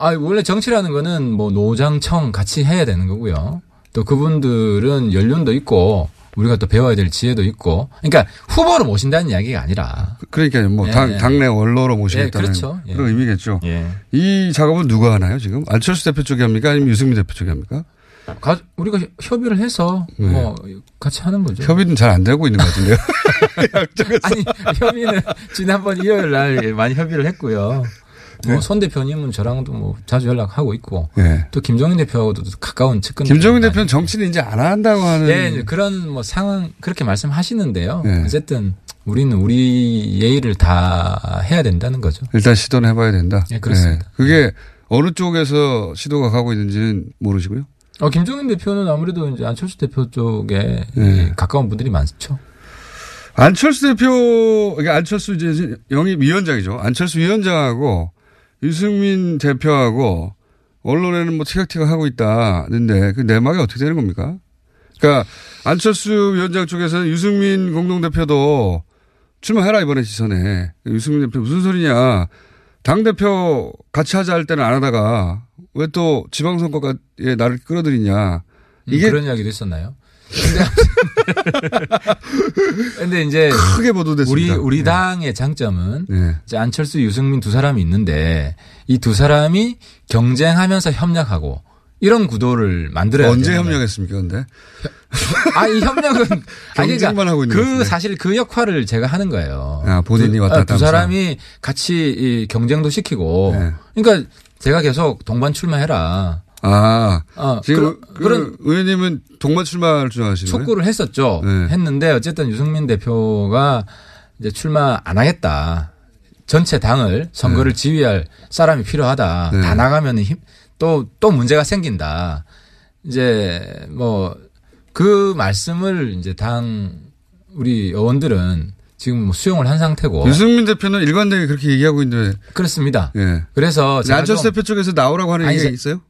Speaker 7: 아, 원래 정치라는 거는 뭐 노장청 같이 해야 되는 거고요. 또 그분들은 연륜도 있고 우리가 또 배워야 될 지혜도 있고. 그러니까 후보로 모신다는 이야기가 아니라.
Speaker 6: 그러니까요. 뭐
Speaker 7: 예,
Speaker 6: 당,
Speaker 7: 예.
Speaker 6: 당내 원로로 모시겠다는
Speaker 7: 예, 그렇죠. 예.
Speaker 6: 런 의미겠죠.
Speaker 7: 예.
Speaker 6: 이 작업은 누가 하나요, 지금? 안철수 대표 쪽이 합니까? 아니면 유승민 대표 쪽이 합니까?
Speaker 7: 가- 우리가 협의를 해서
Speaker 6: 예.
Speaker 7: 뭐 같이 하는 거죠.
Speaker 6: 협의는 잘 안 되고 있는 것 같은데요.
Speaker 7: 아니, 협의는 지난번 일요일 날 많이 협의를 했고요.
Speaker 6: 네.
Speaker 7: 뭐 손 대표님은 저랑도 뭐 자주 연락하고 있고
Speaker 6: 예.
Speaker 7: 또 김종인 대표하고도 가까운 측근
Speaker 6: 김종인 대표는 정치는 이제 안 한다고 하는.
Speaker 7: 예, 이제 그런 뭐 상황 그렇게 말씀하시는데요.
Speaker 6: 예.
Speaker 7: 어쨌든 우리는 우리 예의를 다 해야 된다는 거죠.
Speaker 6: 일단 시도는 해봐야 된다.
Speaker 7: 예, 그렇습니다.
Speaker 6: 예. 그게 어느 쪽에서 시도가 가고 있는지는 모르시고요.
Speaker 7: 어, 김종인 대표는 아무래도 이제 안철수 대표 쪽에
Speaker 6: 예.
Speaker 7: 가까운 분들이 많죠. 음,
Speaker 6: 안철수 대표, 그러니까 안철수 이제 영입위원장이죠. 안철수 위원장하고 유승민 대표하고 언론에는 뭐 티격태격 하고 있다는데 그 내막이 어떻게 되는 겁니까? 그러니까 안철수 위원장 쪽에서는 유승민 공동대표도 출마해라 이번에 지선에. 유승민 대표 무슨 소리냐. 당대표 같이 하자 할 때는 안 하다가 왜 또 지방선거에 나를 끌어들이냐.
Speaker 7: 이게
Speaker 6: 이게
Speaker 7: 그런 이야기도 있었나요? 근데, 근데 이제
Speaker 6: 크게 보도됐습니다. 네.
Speaker 7: 우리 우리 당의 장점은
Speaker 6: 예.
Speaker 7: 이제 안철수, 유승민 두 사람이 있는데 이 두 사람이 경쟁하면서 협력하고 이런 구도를 만들어야
Speaker 6: 언제
Speaker 7: 되는
Speaker 6: 협력했습니까, 근데?
Speaker 7: 아, 이 협력은 아니
Speaker 6: 경쟁만
Speaker 7: 그러니까
Speaker 6: 하고 있는 것
Speaker 7: 그
Speaker 6: 같은데.
Speaker 7: 사실 그 역할을 제가 하는 거예요.
Speaker 6: 아, 본인이
Speaker 7: 두,
Speaker 6: 왔다
Speaker 7: 아,
Speaker 6: 갔다 하면서. 네.
Speaker 7: 두 사람이 같이 이 경쟁도 시키고. 그러니까 제가 계속 동반 출마해라.
Speaker 6: 아,
Speaker 7: 어,
Speaker 6: 지금
Speaker 7: 그런-
Speaker 6: 그,
Speaker 7: 그런-
Speaker 6: 의원님은 동반 출마를 주장하시는 거예요?
Speaker 7: 촉구를 했었죠.
Speaker 6: 네.
Speaker 7: 했는데 어쨌든 유승민 대표가 이제 출마 안 하겠다. 전체 당을 선거를 지휘할 사람이 필요하다.
Speaker 6: 네.
Speaker 7: 다 나가면 또또 문제가 생긴다. 이제 뭐 그 말씀을 이제 당 우리 의원들은 지금 뭐 수용을 한 상태고
Speaker 6: 유승민 대표는 일관되게 그렇게 얘기하고 있는데.
Speaker 7: 그렇습니다.
Speaker 6: 예.
Speaker 7: 그래서 제가
Speaker 6: 안철수
Speaker 7: 좀-
Speaker 6: 대표 쪽에서 나오라고 하는
Speaker 7: 아, 아니,
Speaker 6: 얘기가
Speaker 7: 제-
Speaker 6: 있어요?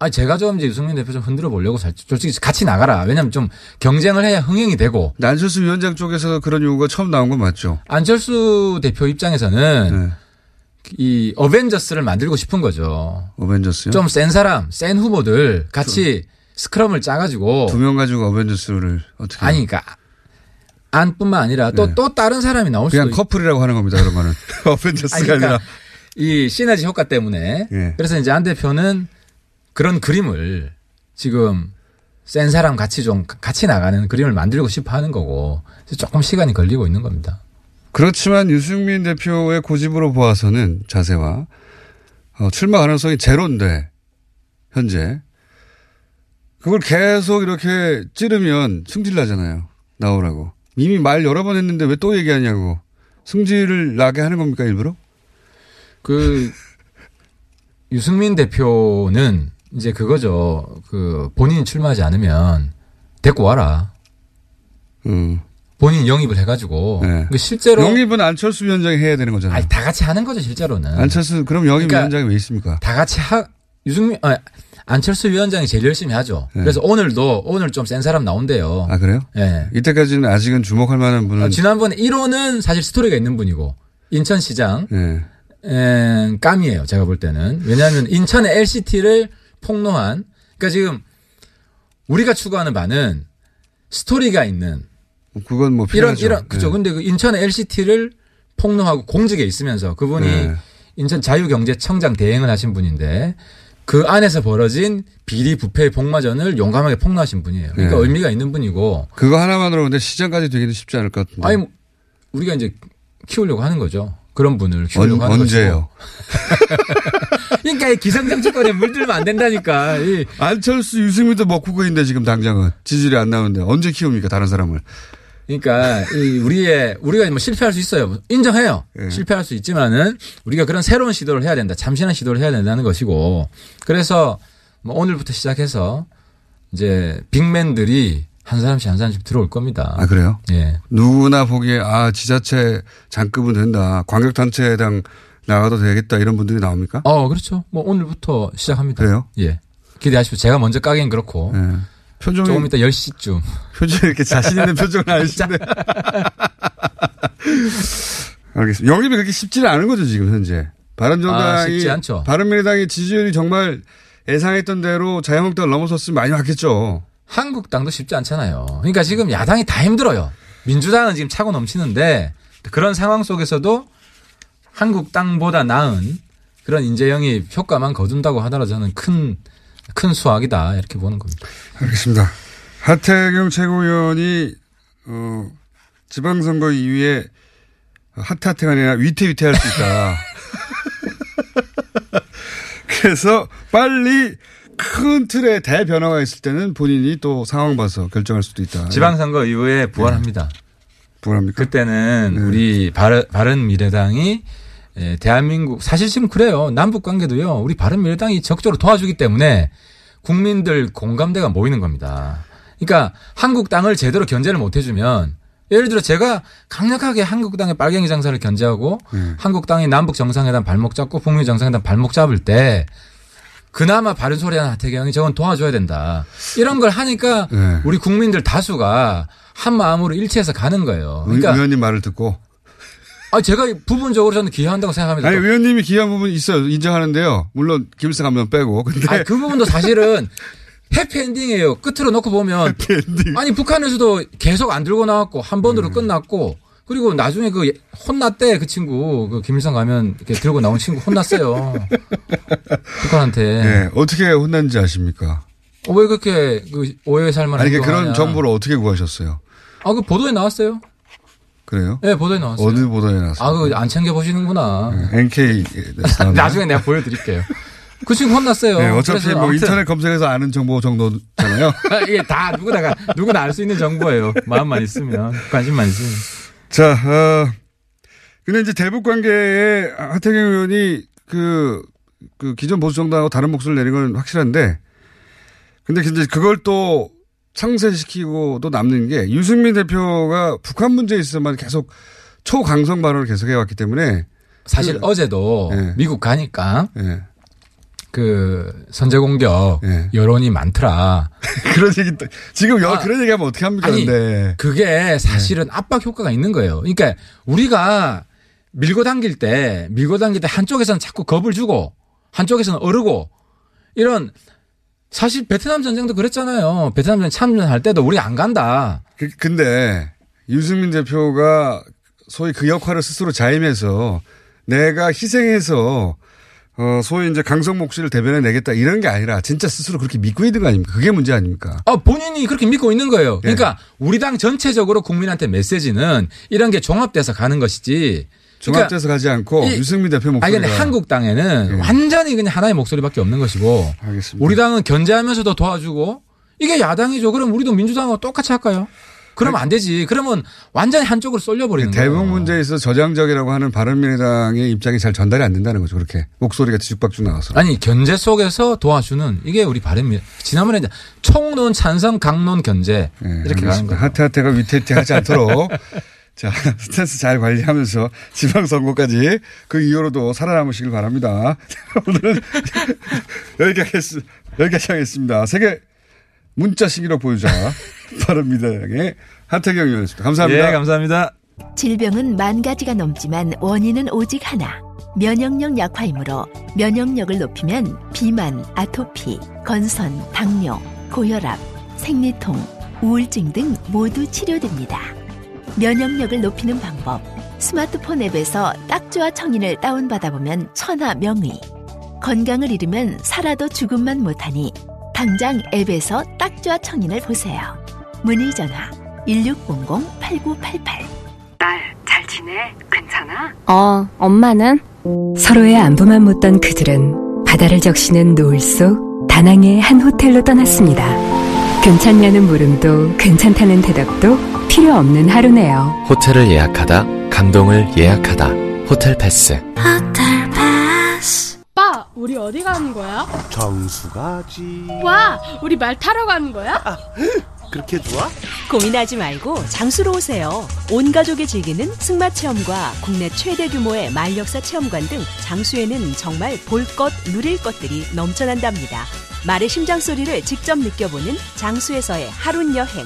Speaker 7: 아 제가 좀 이제 유승민 대표 좀 흔들어 보려고 살- 솔직히 같이 나가라. 왜냐하면 좀 경쟁을 해야 흥행이 되고
Speaker 6: 안철수 위원장 쪽에서 그런 요구가 처음 나온 건 맞죠? 예.
Speaker 7: 안철수 대표
Speaker 6: 네.
Speaker 7: 입장에서는 이 어벤져스를 만들고 싶은 거죠.
Speaker 6: 어벤져스요?
Speaker 7: 좀 센 사람, 센 후보들 같이 스크럼을 짜가지고
Speaker 6: 두 명 가지고 어벤져스를 어떻게.
Speaker 7: 아니 그러니까 안뿐만 아니라 또 또 다른 사람이 나올 수도
Speaker 6: 네. 그냥
Speaker 7: 있-
Speaker 6: 커플이라고 하는 겁니다, 그런 거는. 어벤져스가
Speaker 7: 아니, 그러니까
Speaker 6: 아니라.
Speaker 7: 이 시너지 효과 때문에
Speaker 6: 예.
Speaker 7: 그래서 이제 안 대표는 그런 그림을 지금 센 사람 같이 좀 같이 나가는 그림을 만들고 싶어 하는 거고 그래서 조금 시간이 걸리고 있는 겁니다.
Speaker 6: 그렇지만 유승민 대표의 고집으로 보아서는 자세와 어, 출마 가능성이 제로인데 현재 그걸 계속 이렇게 찌르면 승질 나잖아요. 나오라고 이미 말 여러 번 했는데 왜 또 얘기하냐고 승질을 나게 하는 겁니까 일부러?
Speaker 7: 그 유승민 대표는 이제 그거죠. 그 본인이 출마하지 않으면 데리고 와라. 본인 영입을 해가지고
Speaker 6: 네.
Speaker 7: 그 실제로
Speaker 6: 음. 영입은 안철수 위원장이 해야 되는 거잖아요.
Speaker 7: 아니, 다 같이 하는 거죠 실제로는.
Speaker 6: 안철수 그럼 영입
Speaker 7: 그러니까
Speaker 6: 위원장이 왜 있습니까?
Speaker 7: 다 같이 하 유승민 아, 안철수 위원장이 제일 열심히 하죠.
Speaker 6: 네.
Speaker 7: 그래서 오늘도 오늘 좀 센 사람 나온대요.
Speaker 6: 아 음. 그래요?
Speaker 7: 예.
Speaker 6: 이때까지는 아직은 주목할 만한 분은
Speaker 7: 아, 지난번에 1호는 사실 스토리가 있는 분이고 인천시장
Speaker 6: 예.
Speaker 7: 에, 음, 깜이에요. 제가 볼 때는. 왜냐하면 인천의 LCT를 폭로한. 그러니까 지금 우리가 추구하는 바는 스토리가 있는
Speaker 6: 그건 뭐
Speaker 7: 이런
Speaker 6: 필요하죠.
Speaker 7: 이런 그죠.
Speaker 6: 예.
Speaker 7: 근데 그 인천의 LCT를 폭로하고 공직에 있으면서 그분이
Speaker 6: 네.
Speaker 7: 인천 자유경제청장 대행을 하신 분인데 그 안에서 벌어진 비리 부패 복마전을 용감하게 폭로하신 분이에요. 그러니까
Speaker 6: 네.
Speaker 7: 의미가 있는 분이고
Speaker 6: 그거 하나만으로 근데 시장까지 되기는 쉽지 않을 것 같은데.
Speaker 7: 아니 뭐 우리가 이제 키우려고 하는 거죠. 그런 분을 키우려고 하는
Speaker 6: 언, 제요
Speaker 7: 거죠. 그러니까 이 기성정치권에 물들면 안 된다니까. 이
Speaker 6: 안철수 유승민도 먹고 그인데 지금 당장은 지지율이 안 나오는데 언제 키웁니까 다른 사람을?
Speaker 7: 그러니까 이 우리의 우리가 뭐 실패할 수 있어요. 인정해요.
Speaker 6: 예.
Speaker 7: 실패할 수 있지만은 우리가 그런 새로운 시도를 해야 된다. 잠시나 시도를 해야 된다는 것이고. 그래서 뭐 오늘부터 시작해서 이제 빅맨들이 한 사람씩 한 사람씩 들어올 겁니다.
Speaker 6: 아 그래요?
Speaker 7: 예.
Speaker 6: 누구나 보기에 아 지자체 장급은 된다. 광역단체당 나가도 되겠다 이런 분들이 나옵니까?
Speaker 7: 어, 그렇죠. 뭐 오늘부터 시작합니다.
Speaker 6: 그래요? 예.
Speaker 7: 예. 기대하십시오. 제가 먼저 까긴 그렇고.
Speaker 6: 네. 표정이
Speaker 7: 조금 이따 10시쯤.
Speaker 6: 표정 이렇게 자신 있는 표정은 아니신데. 알겠습니다. 영입이 그렇게 쉽지는 않은 거죠 지금 현재.
Speaker 7: 아,
Speaker 6: 바른정당이
Speaker 7: 쉽지 않죠.
Speaker 6: 바른미래당의 지지율이 정말 예상했던 대로 자유한국당 넘어섰으면 많이 왔겠죠.
Speaker 7: 한국당도 쉽지 않잖아요. 그러니까 지금 야당이 다 힘들어요. 민주당은 지금 차고 넘치는데 그런 상황 속에서도 한국당보다 나은 그런 인재 영입 효과만 거둔다고 하더라도 저는 큰, 큰 수확이다. 이렇게 보는 겁니다.
Speaker 6: 알겠습니다. 하태경 최고위원이 어, 지방선거 이후에 핫핫해가 아니라 위태위태할 수 있다. 그래서 빨리 큰 틀의 대변화가 있을 때는 본인이 또 상황 봐서 결정할 수도 있다.
Speaker 7: 지방선거 이후에 부활합니다.
Speaker 6: 부활합니까? 네.
Speaker 7: 그때는 우리 바른 미래당이 예, 대한민국 사실 지금 그래요. 남북 관계도요. 우리 바른 미래당이 적극적으로 도와주기 때문에 국민들 공감대가 모이는 겁니다. 그러니까 한국당을 제대로 견제를 못 해주면 예를 들어 제가 강력하게 한국당의 빨갱이 장사를 견제하고
Speaker 6: 네.
Speaker 7: 한국당이 남북 정상회담 발목 잡고 북미 정상회담 발목 잡을 때 그나마 바른 소리하는 하태경이 저건 도와줘야 된다. 이런 걸 하니까
Speaker 6: 네.
Speaker 7: 우리 국민들 다수가 한 마음으로 일치해서 가는 거예요.
Speaker 6: 의-
Speaker 7: 그러니까
Speaker 6: 의원님 말을 듣고.
Speaker 7: 아 제가 부분적으로 저는 기여한다고 생각합니다.
Speaker 6: 아니, 의원님이 기여한 부분 있어요. 인정하는데요. 물론 김일성 한번 빼고. 근데
Speaker 7: 아니, 그 부분도 사실은
Speaker 6: 음.
Speaker 7: 해피엔딩이에요. 끝으로 놓고 보면 아니 북한에서도 계속 안 들고 나왔고 한 번으로 끝났고 그리고 나중에 그 혼났대 그 친구 그 김일성 가면 이렇게 들고 나온 친구 혼났어요. 북한한테.
Speaker 6: 네, 어떻게 혼난지 아십니까?
Speaker 7: 어, 왜 그렇게 그 오해에 살만
Speaker 6: 아니, 그러니까 그런 정보를 어떻게 구하셨어요?
Speaker 7: 아, 그 보도에 나왔어요.
Speaker 6: 그래요?
Speaker 7: 네, 보도에 나왔어요.
Speaker 6: 어느 보도에 나왔어요?
Speaker 7: 아, 그 안 챙겨 보시는구나.
Speaker 6: 네, NK
Speaker 7: 나중에 내가 보여드릴게요. 그 친구 혼났어요.
Speaker 6: 네, 어차피
Speaker 7: 그래서
Speaker 6: 뭐
Speaker 7: 아무튼
Speaker 6: 인터넷 검색에서 아는 정보 정도잖아요.
Speaker 7: 이게 예, 다 누구나가 누구나 알 수 있는 정보예요. 마음만 있으면 관심만 있으면.
Speaker 6: 자, 어, 근데 이제 대북 관계에 하태경 의원이 그, 그 기존 보수 정당하고 다른 목소리를 내린 건 확실한데, 근데 이제 그걸 또 상쇄시키고 또 남는 게 유승민 대표가 북한 문제에 있어서만 계속 초강성 발언을 계속해왔기 때문에
Speaker 7: 사실
Speaker 6: 그-
Speaker 7: 어제도
Speaker 6: 예.
Speaker 7: 미국 가니까
Speaker 6: 예.
Speaker 7: 그 선제 공격
Speaker 6: 예.
Speaker 7: 여론이 많더라.
Speaker 6: 그런 얘기 또- 지금 여-
Speaker 7: 아,
Speaker 6: 그런 얘기하면 어떻게 합니까? 네.
Speaker 7: 아니,
Speaker 6: 근데 예.
Speaker 7: 그게 사실은 압박 효과가 있는 거예요. 그러니까 우리가 밀고 당길 때 밀고 당길 때 한쪽에서는 자꾸 겁을 주고 한쪽에서는 어르고 이런 사실 베트남 전쟁도 그랬잖아요. 베트남 전쟁 참전할 때도 우리 안 간다.
Speaker 6: 그- 근데 유승민 대표가 소위 그 역할을 스스로 자임해서 내가 희생해서 어 소위 이제 강성 목씨를 대변해 내겠다 이런 게 아니라 진짜 스스로 그렇게 믿고 있는 거 아닙니까? 그게 문제 아닙니까?
Speaker 7: 아, 본인이 그렇게 믿고 있는 거예요.
Speaker 6: 예.
Speaker 7: 그러니까 우리 당 전체적으로 국민한테 메시지는 이런 게 종합돼서 가는 것이지.
Speaker 6: 종합돼서 가지 않고
Speaker 7: 그러니까 이-
Speaker 6: 유승민 대표
Speaker 7: 아니
Speaker 6: 목소리가
Speaker 7: 근데 한국당에는
Speaker 6: 예.
Speaker 7: 완전히 그냥 하나의 목소리밖에 없는 것이고
Speaker 6: 알겠습니다.
Speaker 7: 우리 당은 견제하면서도 도와주고 이게 야당이죠. 그럼 우리도 민주당하고 똑같이 할까요? 그러면 안 되지. 그러면 완전히 한쪽으로 쏠려버리는 거예요.
Speaker 6: 대북 문제에 있어 서 저장적이라고 하는 바른미래당의 입장이 잘 전달이 안 된다는 거죠. 그렇게 목소리가 뒤죽박죽 나와서.
Speaker 7: 아니 견제 속에서 도와주는 이게 우리 바람이 지난번에 이제 총론 찬성 강론 견제
Speaker 6: 예,
Speaker 7: 이렇게 가는
Speaker 6: 알겠습니다.
Speaker 7: 거예요.
Speaker 6: 하태하태가 위태위태하지 않도록 자 스탠스 잘 관리하면서 지방선거까지 그 이후로도 살아남으시길 바랍니다. 오늘은 여기까지 하겠- 여기까지 하겠습니다. 세계 문자 신기록 보유자 바른미래당의 하태경 의원이었습니다. 감사합니다.
Speaker 7: 예, 감사합니다.
Speaker 8: 질병은 만 가지가 넘지만 원인은 오직 하나. 면역력 약화이므로 면역력을 높이면 비만, 아토피, 건선, 당뇨, 고혈압, 생리통, 우울증 등 모두 치료됩니다. 면역력을 높이는 방법. 스마트폰 앱에서 딱지와 청인을 다운받아 보면 천하 명의. 건강을 잃으면 살아도 죽음만 못하니 당장 앱에서 딱지와 청인을 보세요. 문의 전화 1600-8988
Speaker 9: 잘 지내? 괜찮아?
Speaker 10: 어, 엄마는?
Speaker 11: 서로의 안부만 묻던 그들은 바다를 적시는 노을 속 다낭의 한 호텔로 떠났습니다. 괜찮냐는 물음도 괜찮다는 대답도 필요 없는 하루네요.
Speaker 12: 호텔을 예약하다 감동을 예약하다 호텔 패스
Speaker 13: 오빠, 우리 어디 가는 거야?
Speaker 14: 정수 가지
Speaker 13: 와, 우리 말 타러 가는 거야?
Speaker 14: 그렇게 좋아?
Speaker 15: 고민하지 말고 장수로 오세요. 온 가족이 즐기는 승마 체험과 국내 최대 규모의 말역사 체험관 등 장수에는 정말 볼 것, 누릴 것들이 넘쳐난답니다. 말의 심장 소리를 직접 느껴보는 장수에서의 하루 여행.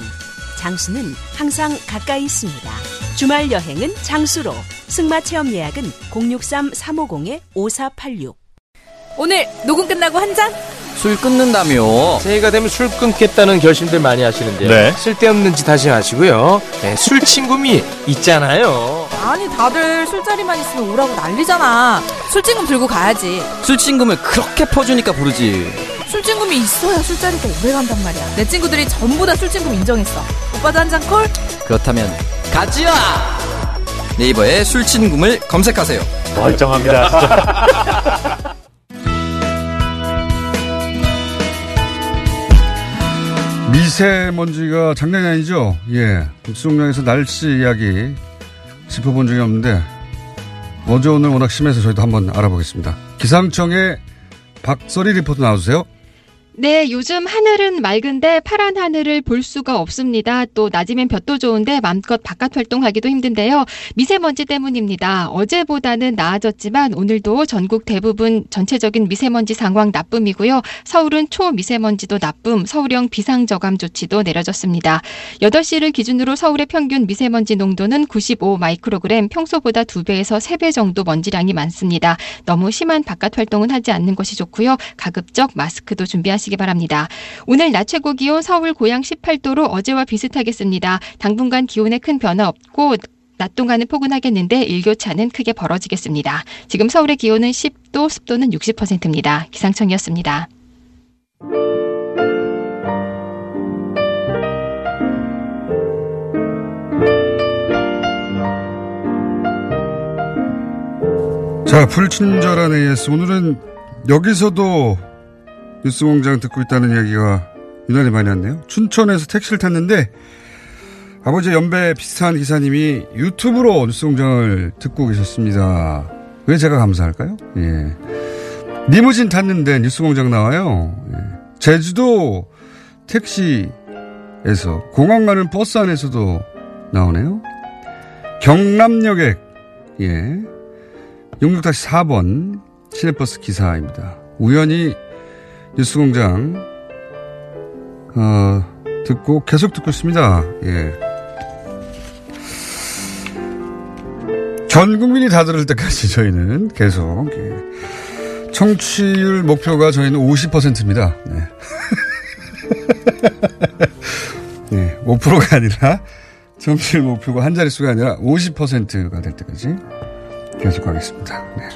Speaker 15: 장수는 항상 가까이 있습니다. 주말 여행은 장수로. 승마 체험 예약은 063-350-5486.
Speaker 16: 오늘 녹음 끝나고 한 잔?
Speaker 5: 술 끊는다며 새해가 되면 술 끊겠다는 결심들 많이 하시는데요
Speaker 12: 네.
Speaker 5: 쓸데없는 짓 하지 마시고요 네, 술 친구미 있잖아요
Speaker 16: 아니 다들 술자리만 있으면 오라고 난리잖아. 술친금 들고 가야지.
Speaker 5: 술 친구미 그렇게 퍼주니까 부르지
Speaker 16: 술친금이 있어야 술자리가 오래 간단 말이야. 내 친구들이 전부 다 술친금 인정했어. 오빠도 한 잔 콜?
Speaker 5: 그렇다면 가지야 네이버에 술 친구미를 검색하세요 멀쩡합니다
Speaker 6: 미세먼지가 장난이 아니죠? 예. 수용량에서 날씨 이야기 짚어본 적이 없는데, 어제 오늘 워낙 심해서 저희도 한번 알아보겠습니다. 기상청의 박설희 리포터 나와주세요.
Speaker 17: 네, 요즘 하늘은 맑은데 파란 하늘을 볼 수가 없습니다. 또 낮이면 볕도 좋은데 마음껏 바깥 활동하기도 힘든데요. 미세먼지 때문입니다. 어제보다는 나아졌지만 오늘도 전국 대부분 전체적인 미세먼지 상황 나쁨이고요. 서울은 초미세먼지도 나쁨, 서울형 비상저감 조치도 내려졌습니다. 8시를 기준으로 서울의 평균 미세먼지 농도는 95 마이크로그램, 평소보다 2배에서 3배 정도 먼지량이 많습니다. 너무 심한 바깥 활동은 하지 않는 것이 좋고요. 가급적 마스크도 준비하시기 바랍니다. 오늘 낮 최고 기온 서울 고양 18도로 어제와 비슷하겠습니다. 당분간 기온에 큰 변화 없고 낮 동안은 포근하겠는데 일교차는 크게 벌어지겠습니다. 지금 서울의 기온은 10도, 습도는 60%입니다. 기상청이었습니다.
Speaker 6: 자, 불친절한 AS. 오늘은 여기서도 뉴스공장 듣고 있다는 이야기가 유난히 많이 왔네요. 춘천에서 택시를 탔는데 아버지 연배 비슷한 기사님이 유튜브로 뉴스공장을 듣고 계셨습니다. 왜 제가 감사할까요? 예. 리무진 탔는데 뉴스공장 나와요. 예. 제주도 택시에서 공항 가는 버스 안에서도 나오네요. 경남역에 예. 66-4번 시내버스 기사입니다. 우연히 뉴스공장 어, 듣고 계속 듣고 있습니다. 예. 전 국민이 다 들을 때까지 저희는 계속 예. 청취율 목표가 저희는 50%입니다. 네. 네, 5%가 아니라 청취율 목표가 한 자릿수가 아니라 50%가 될 때까지 계속하겠습니다. 네.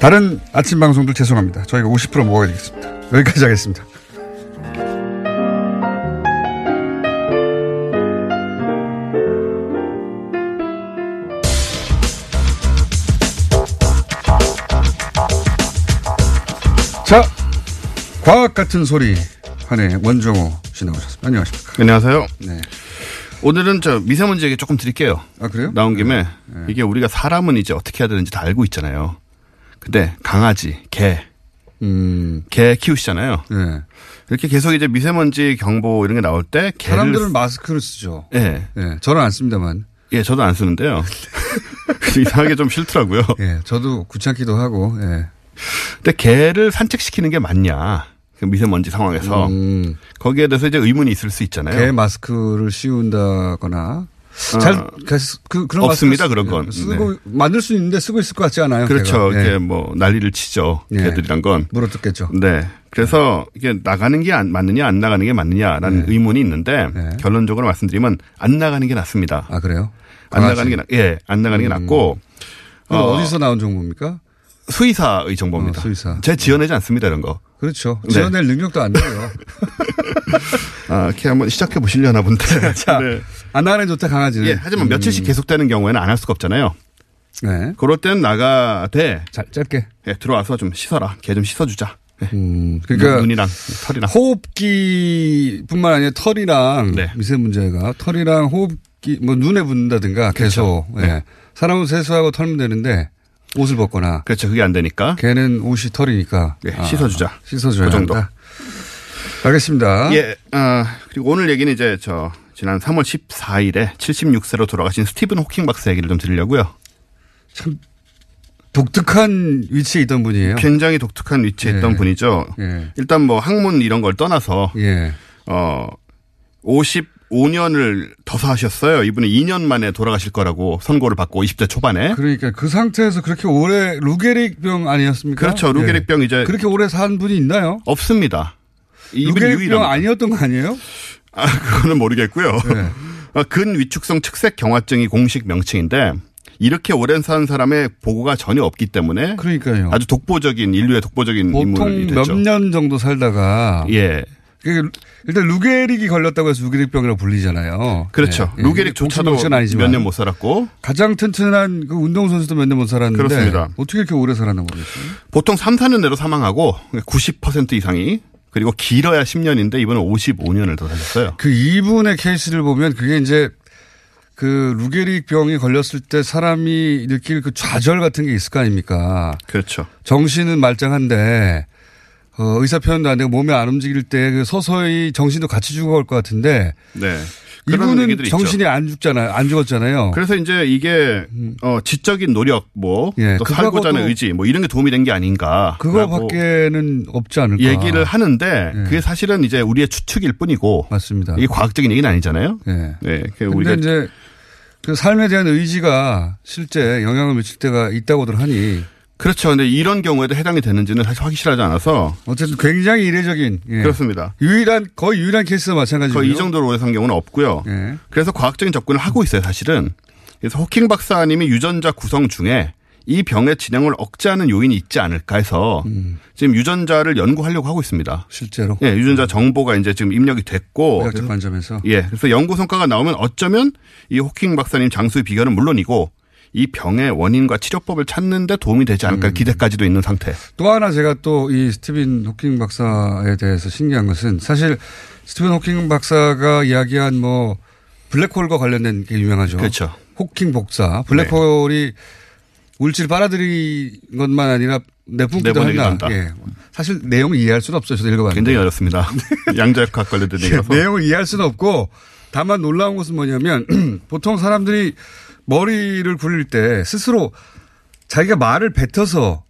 Speaker 6: 다른 아침 방송들 죄송합니다. 저희가 50% 먹어야 되겠습니다. 여기까지 하겠습니다. 자, 과학 같은 소리 한해 원종호 씨 나오셨습니다. 안녕하십니까?
Speaker 10: 안녕하세요.
Speaker 6: 네.
Speaker 10: 오늘은 저 미세먼지 얘기 조금 드릴게요.
Speaker 6: 아 그래요?
Speaker 10: 나온 김에
Speaker 6: 네.
Speaker 10: 이게 우리가 사람은 이제 어떻게 해야 되는지 다 알고 있잖아요. 근데 강아지, 개, 음, 개 키우시잖아요.
Speaker 6: 네.
Speaker 10: 이렇게 계속 이제 미세먼지 경보 이런 게 나올 때 개를
Speaker 6: 사람들은 마스크를 쓰죠. 네.
Speaker 10: 예.
Speaker 6: 저는 안 씁니다만.
Speaker 10: 예, 저도 안 쓰는데요. 이상하게 좀 싫더라고요.
Speaker 6: 예, 저도 귀찮기도 하고. 예.
Speaker 10: 근데 개를 산책시키는 게 맞냐? 그 미세먼지 상황에서 거기에 대해서 이제 의문이 있을 수 있잖아요.
Speaker 6: 음. 개 마스크를 씌운다거나 잘 그, 그런
Speaker 10: 아, 없습니다
Speaker 6: 마스크
Speaker 10: 그런 건 네.
Speaker 6: 쓰고 만들 수 있는데 쓰고 있을 것 같지 않아요.
Speaker 10: 그렇죠.
Speaker 6: 걔가.
Speaker 10: 이게
Speaker 6: 예.
Speaker 10: 뭐 난리를 치죠.
Speaker 6: 예.
Speaker 10: 개들이란 건.
Speaker 6: 물어뜯겠죠.
Speaker 10: 네. 그래서 이게 나가는 게 안- 맞느냐 안 나가는 게 맞느냐라는 의문이 있는데 결론적으로 말씀드리면 안 나가는 게 낫습니다.
Speaker 6: 아 그래요?
Speaker 10: 안
Speaker 6: 강아지.
Speaker 10: 나가는 게 낫, 예, 안 나가는 게 낫고
Speaker 6: 그럼 어디서 나온 정보입니까? 어,
Speaker 10: 수의사의 정보입니다. 제 지어내지 않습니다 이런 거.
Speaker 6: 그렇죠.
Speaker 10: 네.
Speaker 6: 지어낼 능력도 안 돼요.
Speaker 10: 아, 이렇게 한번 시작해 보시려나 본데.
Speaker 6: 자, 안 나가는 게 좋다 강아지는.
Speaker 10: 예, 하지만 며칠씩 계속되는 경우에는 안 할 수가 없잖아요.
Speaker 6: 네.
Speaker 10: 그럴 땐 나가되
Speaker 6: 짧게
Speaker 10: 예, 들어와서 좀 씻어라. 걔 좀 씻어주자. 예.
Speaker 6: 그러니까
Speaker 10: 눈이랑 털이랑
Speaker 6: 호흡기뿐만 아니라 털이랑
Speaker 10: 네.
Speaker 6: 미세 문제가 털이랑 호흡기 뭐 눈에 붙는다든가 계속
Speaker 10: 그렇죠. 네.
Speaker 6: 예. 사람은 세수하고 털면 되는데 옷을 벗거나
Speaker 10: 그렇죠 그게 안 되니까
Speaker 6: 걔는 옷이 털이니까 아,
Speaker 10: 예, 씻어주자.
Speaker 6: 씻어줘야
Speaker 10: 그 정도.
Speaker 6: 한다. 알겠습니다.
Speaker 10: 예, 아, 그리고 오늘 얘기는 이제 저 지난 3월 14일에 76세로 돌아가신 스티븐 호킹 박사 얘기를 좀 드리려고요.
Speaker 6: 참 독특한 위치에 있던 분이에요.
Speaker 10: 굉장히 독특한 위치에
Speaker 6: 예.
Speaker 10: 있던 분이죠.
Speaker 6: 예.
Speaker 10: 일단 뭐 학문 이런 걸 떠나서 어 55년을 더 사셨어요. 이분은 2년 만에 돌아가실 거라고 선고를 받고 20대 초반에
Speaker 6: 그러니까 그 상태에서 그렇게 오래 루게릭병 아니었습니까? 예.
Speaker 10: 그렇죠. 루게릭병 이제
Speaker 6: 그렇게 오래 산 분이 있나요?
Speaker 10: 없습니다. 이분이
Speaker 6: 루게릭병
Speaker 10: 유일합니다.
Speaker 6: 아니었던 거 아니에요?
Speaker 10: 아, 그거는 모르겠고요. 어, 근위축성 측색 경화증이 공식 명칭인데 이렇게 오랜 산 사람의 보고가 전혀 없기 때문에
Speaker 6: 그러니까요.
Speaker 10: 아주 독보적인 인류의 독보적인 인물이
Speaker 6: 보통
Speaker 10: 됐죠.
Speaker 6: 몇 년 정도 살다가
Speaker 10: 예.
Speaker 6: 그 일단 루게릭이 걸렸다고 해서 루게릭병이라고 불리잖아요.
Speaker 10: 그렇죠.
Speaker 6: 예.
Speaker 10: 루게릭조차도
Speaker 6: 복싱, 복싱은 아니지만
Speaker 10: 몇 년 못 살았고
Speaker 6: 가장 튼튼한 그 운동선수도 몇 년 못 살았는데
Speaker 10: 그렇습니다.
Speaker 6: 어떻게 이렇게 오래 살았나 모르겠어요.
Speaker 10: 보통 3, 4년 내로 사망하고 90% 이상이 그리고 길어야 10년인데 이번은 55년을 더 살렸어요.
Speaker 6: 그 이분의 케이스를 보면 그게 이제 그 루게릭 병이 걸렸을 때 사람이 느낄 그 좌절 같은 게 있을 거 아닙니까?
Speaker 10: 그렇죠.
Speaker 6: 정신은 말짱한데 어, 의사 표현도 안 되고 몸이 안 움직일 때그 서서히 정신도 같이 죽어갈 것 같은데
Speaker 10: 네. 그런
Speaker 6: 이분은
Speaker 10: 얘기들이 있죠.
Speaker 6: 정신이 안 죽잖아요. 안 죽었잖아요.
Speaker 10: 그래서 이제 이게 어, 지적인 노력 뭐
Speaker 6: 예,
Speaker 10: 또
Speaker 6: 그거하고도
Speaker 10: 살고자 하는 의지 뭐 이런 게 도움이 된 게 아닌가.
Speaker 6: 그거밖에는 아. 예. 없지 않을까.
Speaker 10: 뭐 얘기를 하는데 그게 사실은 이제 우리의 추측일 뿐이고
Speaker 6: 맞습니다.
Speaker 10: 이게 과학적인 얘기는 아니잖아요.
Speaker 6: 예.
Speaker 10: 네, 그
Speaker 6: 근데
Speaker 10: 우리가
Speaker 6: 이제 그 삶에 대한 의지가 실제 영향을 미칠 때가 있다고들 하니
Speaker 10: 그렇죠. 근데 이런 경우에도 해당이 되는지는 사실 확실하지 않아서
Speaker 6: 어쨌든 굉장히 이례적인 예.
Speaker 10: 그렇습니다.
Speaker 6: 유일한 거의 유일한 케이스와 마찬가지고요. 예.
Speaker 10: 거의 이 정도로 오래 산 경우는 없고요. 그래서 과학적인 접근을 하고 있어요, 사실은. 그래서 호킹 박사님이 유전자 구성 중에 이 병의 진행을 억제하는 요인이 있지 않을까 해서 지금 유전자를 연구하려고 하고 있습니다.
Speaker 6: 실제로?
Speaker 10: 예, 유전자 정보가 이제 지금 입력이 됐고.
Speaker 6: 의학적 관점에서?
Speaker 10: 예, 그래서 연구 성과가 나오면 어쩌면 이 호킹 박사님 장수의 비결은 물론이고 이 병의 원인과 치료법을 찾는데 도움이 되지
Speaker 6: 음.
Speaker 10: 않을까 기대까지도 있는 상태.
Speaker 6: 또 하나 제가 또 이 스티븐 호킹 박사에 대해서 신기한 것은 사실 스티븐 호킹 박사가 이야기한 뭐 블랙홀과 관련된 게 유명하죠.
Speaker 10: 그렇죠. 네.
Speaker 6: 호킹 복사. 블랙홀이 물질 빨아들인 것만 아니라 내뿜기도
Speaker 10: 내보내기도
Speaker 6: 한다.
Speaker 10: 한다.
Speaker 6: 예. 사실 내용을 이해할 수는 없어요. 저도 읽어봤는데.
Speaker 10: 굉장히 어렵습니다. 양자역학 관련된 얘기라서.
Speaker 6: 내용을 이해할 수는 없고 다만 놀라운 것은 뭐냐면 보통 사람들이 머리를 굴릴 때 스스로 자기가 말을 뱉어서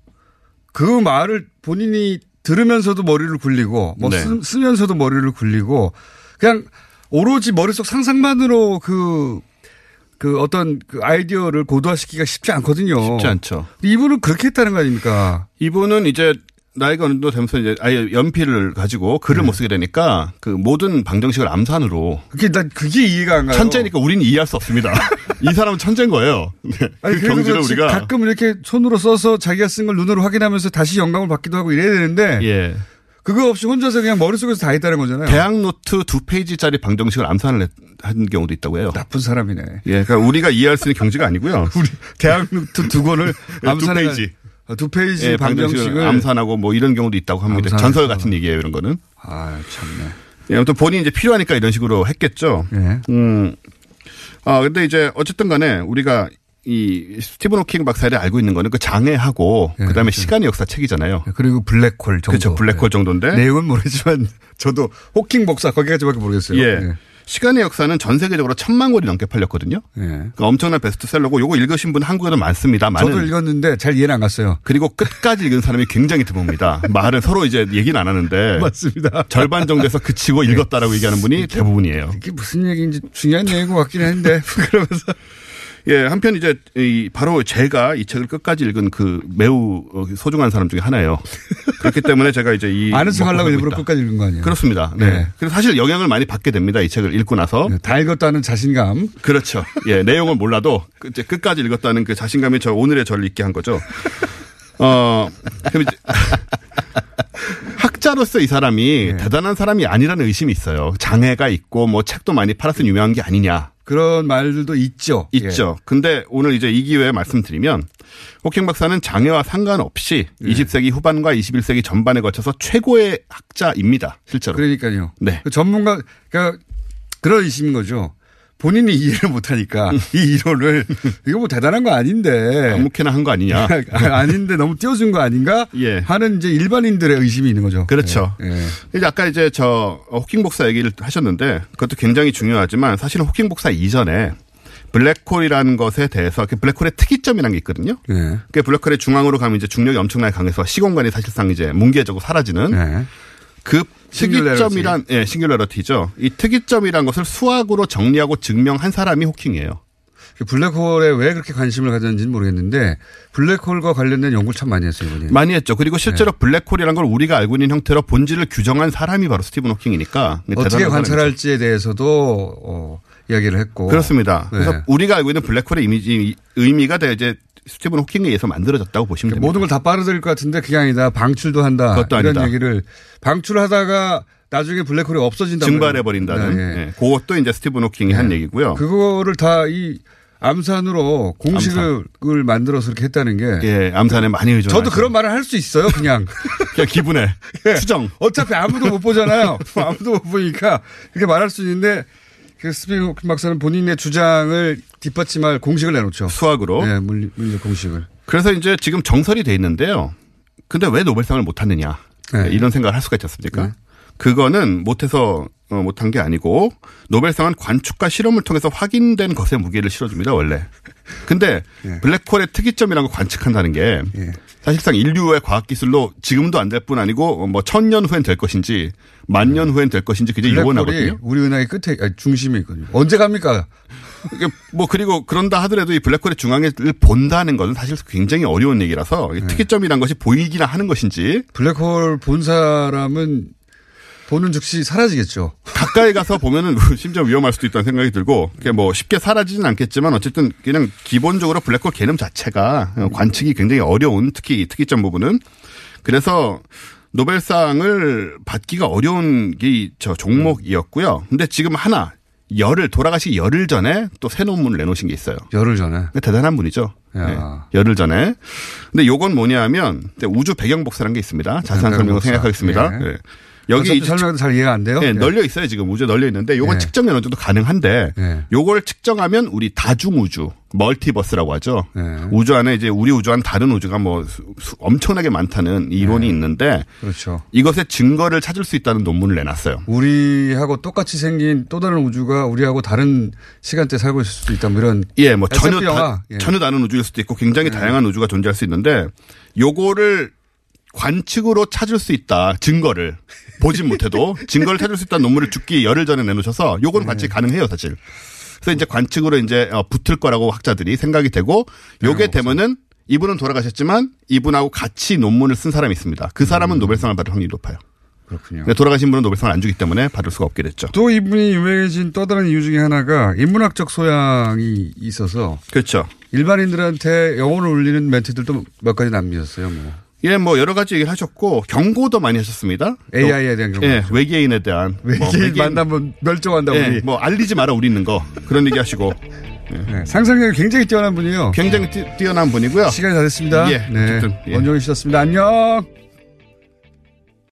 Speaker 6: 그 말을 본인이 들으면서도 머리를 굴리고 뭐
Speaker 10: 네.
Speaker 6: 쓰, 쓰면서도 머리를 굴리고 그냥 오로지 머릿속 상상만으로 그, 그 어떤 그 아이디어를 고도화시키기가 쉽지 않거든요.
Speaker 10: 쉽지 않죠.
Speaker 6: 이분은 그렇게 했다는 거 아닙니까?
Speaker 10: 이분은 이제 나이가 어느 정도 되면서 이제 아예 연필을 가지고
Speaker 6: 예.
Speaker 10: 글을 못 쓰게 되니까 그 모든 방정식을 암산으로.
Speaker 6: 그게 난 그게 이해가 안 가요.
Speaker 10: 천재니까 우리는 이해할 수 없습니다. 이 사람은 천재인 거예요. 네. 그
Speaker 6: 그래도
Speaker 10: 경지를
Speaker 6: 그렇지
Speaker 10: 우리가
Speaker 6: 가끔 이렇게 손으로 써서 자기가 쓴 걸 눈으로 확인하면서 다시 영감을 받기도 하고 이래야 되는데
Speaker 10: 예.
Speaker 6: 그거 없이 혼자서 그냥 머릿속에서 다 했다는 거잖아요.
Speaker 10: 대학 노트 두 페이지짜리 방정식을 암산을 했- 한 경우도 있다고 해요.
Speaker 6: 나쁜 사람이네.
Speaker 10: 예, 그러니까 우리가 이해할 수 있는 경지가 아니고요.
Speaker 6: 우리 대학 노트 두 권을 암산해
Speaker 10: 예, 두 페이지.
Speaker 6: 가- 아, 두 페이지
Speaker 10: 예,
Speaker 6: 방정식을 아,
Speaker 10: 암산하고 뭐 이런 경우도 있다고 합니다.
Speaker 6: 암산해서.
Speaker 10: 전설 같은 얘기예요, 이런 거는.
Speaker 6: 아 참네.
Speaker 10: 예, 아무튼 본인이 이제 필요하니까 이런 식으로 했겠죠.
Speaker 6: 예.
Speaker 10: 음. 아, 근데 이제 어쨌든 간에 우리가 이 스티븐 호킹 박사를 알고 있는 거는 그 장애하고 그다음에 시간의 역사 책이잖아요.
Speaker 6: 그리고 블랙홀 정도. 예.
Speaker 10: 그렇죠. 블랙홀 정도인데
Speaker 6: 내용은 모르지만 저도 호킹 복사 거기까지밖에 모르겠어요.
Speaker 10: 예.
Speaker 6: 예.
Speaker 10: 시간의 역사는 전 세계적으로 천만 권이 넘게 팔렸거든요. 그러니까 엄청난 베스트셀러고 요거 읽으신 분 한국에도 많습니다. 많은
Speaker 6: 예. 저도 읽었는데 잘 이해는 안 갔어요.
Speaker 10: 그리고 끝까지 읽은 사람이 굉장히 드뭅니다. 말은 서로 이제 얘기는 안 하는데
Speaker 6: 맞습니다.
Speaker 10: 절반 정도에서 그치고 읽었다라고 얘기하는 분이 대부분이에요.
Speaker 6: 이게 무슨 얘기인지 중요한 얘기인 것 같긴 한데 그러면서
Speaker 10: 예, 한편 이제 이 바로 제가 이 책을 끝까지 읽은 그 매우 어, 소중한 사람 중에 하나예요. 그렇기 때문에 제가 이제 이
Speaker 6: 아는 척 하려고
Speaker 10: 먹고 살고
Speaker 6: 일부러
Speaker 10: 있다.
Speaker 6: 끝까지 읽은 거 아니에요?
Speaker 10: 그렇습니다. 네.
Speaker 6: 네.
Speaker 10: 그래서 사실 영향을 많이 받게 됩니다. 이 책을 읽고 나서.
Speaker 6: 다 읽었다는 네, 자신감.
Speaker 10: 그렇죠. 예, 내용을 몰라도 끝- 이제 끝까지 읽었다는 그 자신감이 저 오늘의 저를 읽게 한 거죠. 어, 그럼 이제 학자로서 이
Speaker 6: 네.
Speaker 10: 사람이 대단한 사람이 아니라는 의심이 있어요. 장애가 있고 뭐 책도 많이 팔아서 유명한 게 아니냐.
Speaker 6: 그런 말들도 있죠. 예.
Speaker 10: 있죠. 근데 오늘 이제 이 기회에 말씀드리면 호킹 박사는 장애와 상관없이
Speaker 6: 예.
Speaker 10: 20세기 후반과 21세기 전반에 걸쳐서 최고의 학자입니다. 실제로.
Speaker 6: 그러니까요.
Speaker 10: 네.
Speaker 6: 그 전문가, 그러니까 그런 의심인 거죠. 본인이 이해를 못하니까 이 이론을 이거 뭐 대단한 거 아닌데
Speaker 10: 음. 아무렇게나 한 거 아니냐.
Speaker 6: 아닌데 너무 띄워준 거 아닌가 하는 이제 일반인들의 의심이 있는 거죠.
Speaker 10: 예. 그렇죠.
Speaker 6: 예. 예.
Speaker 10: 이제 아까 이제 저 호킹 복사 얘기를 하셨는데 그것도 굉장히 중요하지만 사실은 호킹 복사 이전에 블랙홀이라는 것에 대해서 그 블랙홀의 특이점이라는 게 있거든요.
Speaker 6: 예.
Speaker 10: 그 블랙홀의 중앙으로 가면 이제 중력이 엄청나게 강해서 시공간이 사실상 이제 뭉개지고 사라지는
Speaker 6: 네.
Speaker 10: 그 특이점이란 예, 싱귤러러티죠. 이 특이점이란 것을 수학으로 정리하고 증명한 사람이 호킹이에요.
Speaker 6: 그 블랙홀에 왜 그렇게 관심을 가졌는지는 모르겠는데 블랙홀과 관련된 연구를 참 많이 했어요, 이분이.
Speaker 10: 많이 했죠. 그리고 실제로
Speaker 6: 네.
Speaker 10: 블랙홀이라는 걸 우리가 알고 있는 형태로 본질을 규정한 사람이 바로 스티븐 호킹이니까
Speaker 6: 어떻게
Speaker 10: 네, 대단한 사람이죠.
Speaker 6: 관찰할지에 대해서도 어, 이야기를 했고
Speaker 10: 그렇습니다.
Speaker 6: 네.
Speaker 10: 그래서 우리가 알고 있는 블랙홀의 이미지 의미가 다 이제 스티븐 호킹에 의해서 만들어졌다고 보시면 됩니다.
Speaker 6: 모든 걸 다 빠르들 것 같은데 그게 아니다. 방출도 한다.
Speaker 10: 그것도
Speaker 6: 이런
Speaker 10: 아니다.
Speaker 6: 얘기를 방출하다가 나중에 블랙홀이 없어진다.
Speaker 10: 증발해 버린다는
Speaker 6: 네, 예.
Speaker 10: 예. 그것도 이제 스티븐 호킹이 한 얘기고요.
Speaker 6: 그거를 다 이 암산으로 공식을 만들어서 이렇게 했다는 게
Speaker 10: 예, 암산에 많이 의존.
Speaker 6: 저도 그런 말을 할 수 있어요. 그냥 예.
Speaker 10: 그냥 기분에 추정.
Speaker 6: 어차피 아무도 못 보잖아요. 뭐 아무도 못 보니까 그렇게 말할 수 있는데 그 스피드 호킹 박사는 본인의 주장을 뒷받침할 공식을 내놓죠.
Speaker 10: 수학으로.
Speaker 6: 예, 물리, 물리 공식을.
Speaker 10: 그래서 이제 지금 정설이 돼 있는데요. 근데 왜 노벨상을 못 하느냐
Speaker 6: 네.
Speaker 10: 이런 생각을 할 수가 있지 않습니까? 그거는 못해서 어, 못한 게 아니고 노벨상은 관측과 실험을 통해서 확인된 것에 무게를 실어줍니다 원래. 근데
Speaker 6: 예.
Speaker 10: 블랙홀의 특이점이라는 걸 관측한다는 게 사실상 인류의 과학 기술로 지금도 안 될 뿐 아니고 뭐 천년 후엔 될 것인지 만 년 후엔 될 것인지 굉장히
Speaker 6: 음. 블랙홀이
Speaker 10: 요원하거든요.
Speaker 6: 우리 은하의 끝에 아니, 중심에 있거든요. 언제 갑니까?
Speaker 10: 이게 뭐 그리고 그런다 하더라도 이 블랙홀의 중앙을 본다는 것은 사실 굉장히 어려운
Speaker 6: 네.
Speaker 10: 얘기라서 이 특이점이란 것이 보이기나 하는 것인지
Speaker 6: 블랙홀 본 사람은 보는 즉시 사라지겠죠.
Speaker 10: 가까이 가서 보면은 심지어 위험할 수도 있다는 생각이 들고 그게 뭐 쉽게 사라지진 않겠지만 어쨌든 그냥 기본적으로 블랙홀 개념 자체가 관측이 굉장히 어려운 특히 특이점 부분은 그래서 노벨상을 받기가 어려운 게 저 종목이었고요. 근데 지금 하나 열흘 돌아가시기 열흘 전에 또 새 논문을 내놓으신 게 있어요.
Speaker 6: 열흘 전에.
Speaker 10: 대단한 분이죠. 네, 열흘 전에. 근데 요건 뭐냐면 우주 배경 복사라는 게 있습니다. 자세한 설명을
Speaker 6: 복사.
Speaker 10: 생략하겠습니다.
Speaker 6: 예.
Speaker 10: 예. 여기
Speaker 6: 어차피 설명도 잘 이해가 안 돼요.
Speaker 10: 네,
Speaker 6: 예.
Speaker 10: 널려 있어요 지금 우주에 널려 있는데 요건
Speaker 6: 예.
Speaker 10: 측정 연원도 가능한데
Speaker 6: 예.
Speaker 10: 요걸 측정하면 우리 다중 우주 멀티버스라고 하죠.
Speaker 6: 예.
Speaker 10: 우주 안에 이제 우리 우주와는 다른 우주가 뭐 수- 수- 엄청나게 많다는 이론이
Speaker 6: 네.
Speaker 10: 있는데
Speaker 6: 그렇죠.
Speaker 10: 이것의 증거를 찾을 수 있다는 논문을 내놨어요.
Speaker 6: 우리하고 똑같이 생긴 또 다른 우주가 우리하고 다른 시간대 살고 있을 수도 있다. 뭐 이런.
Speaker 10: 예, 뭐
Speaker 6: SF
Speaker 10: 전혀
Speaker 6: 영화.
Speaker 10: 다,
Speaker 6: 예.
Speaker 10: 전혀 다른 우주일 수도 있고 굉장히 다양한 우주가 존재할 수 있는데 요거를 관측으로 찾을 수 있다 증거를 보진 못해도 증거를 찾을 수 있다는 논문을 죽기 열흘 전에 내놓으셔서 요건 관측이 가능해요 사실. 그래서 이제 관측으로 이제 어, 붙을 거라고 학자들이 생각이 되고 요게 되면은 이분은 돌아가셨지만 이분하고 같이 논문을 쓴 사람이 있습니다. 그 사람은 노벨상을 받을 확률이 높아요.
Speaker 6: 그렇군요.
Speaker 10: 근데 돌아가신 분은 노벨상을 안 주기 때문에 받을 수가 없게 됐죠.
Speaker 6: 또 이분이 유명해진 또 다른 이유 중에 하나가 인문학적 소양이 있어서
Speaker 10: 그렇죠.
Speaker 6: 일반인들한테 영혼을 울리는 멘트들도 몇 가지 남기셨어요. 뭐.
Speaker 10: 예, 뭐 여러 가지 얘기를 하셨고 경고도 많이 하셨습니다.
Speaker 6: AI 에 대한 경고.
Speaker 10: 예, 외계인에 대한
Speaker 6: 외계인 만나면 뭐 멸종한다
Speaker 10: 예,
Speaker 6: 우리.
Speaker 10: 뭐 알리지 마라 우리 있는 거 그런 얘기 하시고.
Speaker 6: 예. 상상력이 굉장히 뛰어난 분이에요.
Speaker 10: 굉장히 뛰, 어난 분이고요.
Speaker 6: 시간이 다 됐습니다.
Speaker 10: 예,
Speaker 6: 네.
Speaker 10: 어쨌든, 예.
Speaker 6: 원종이 씨였습니다. 안녕.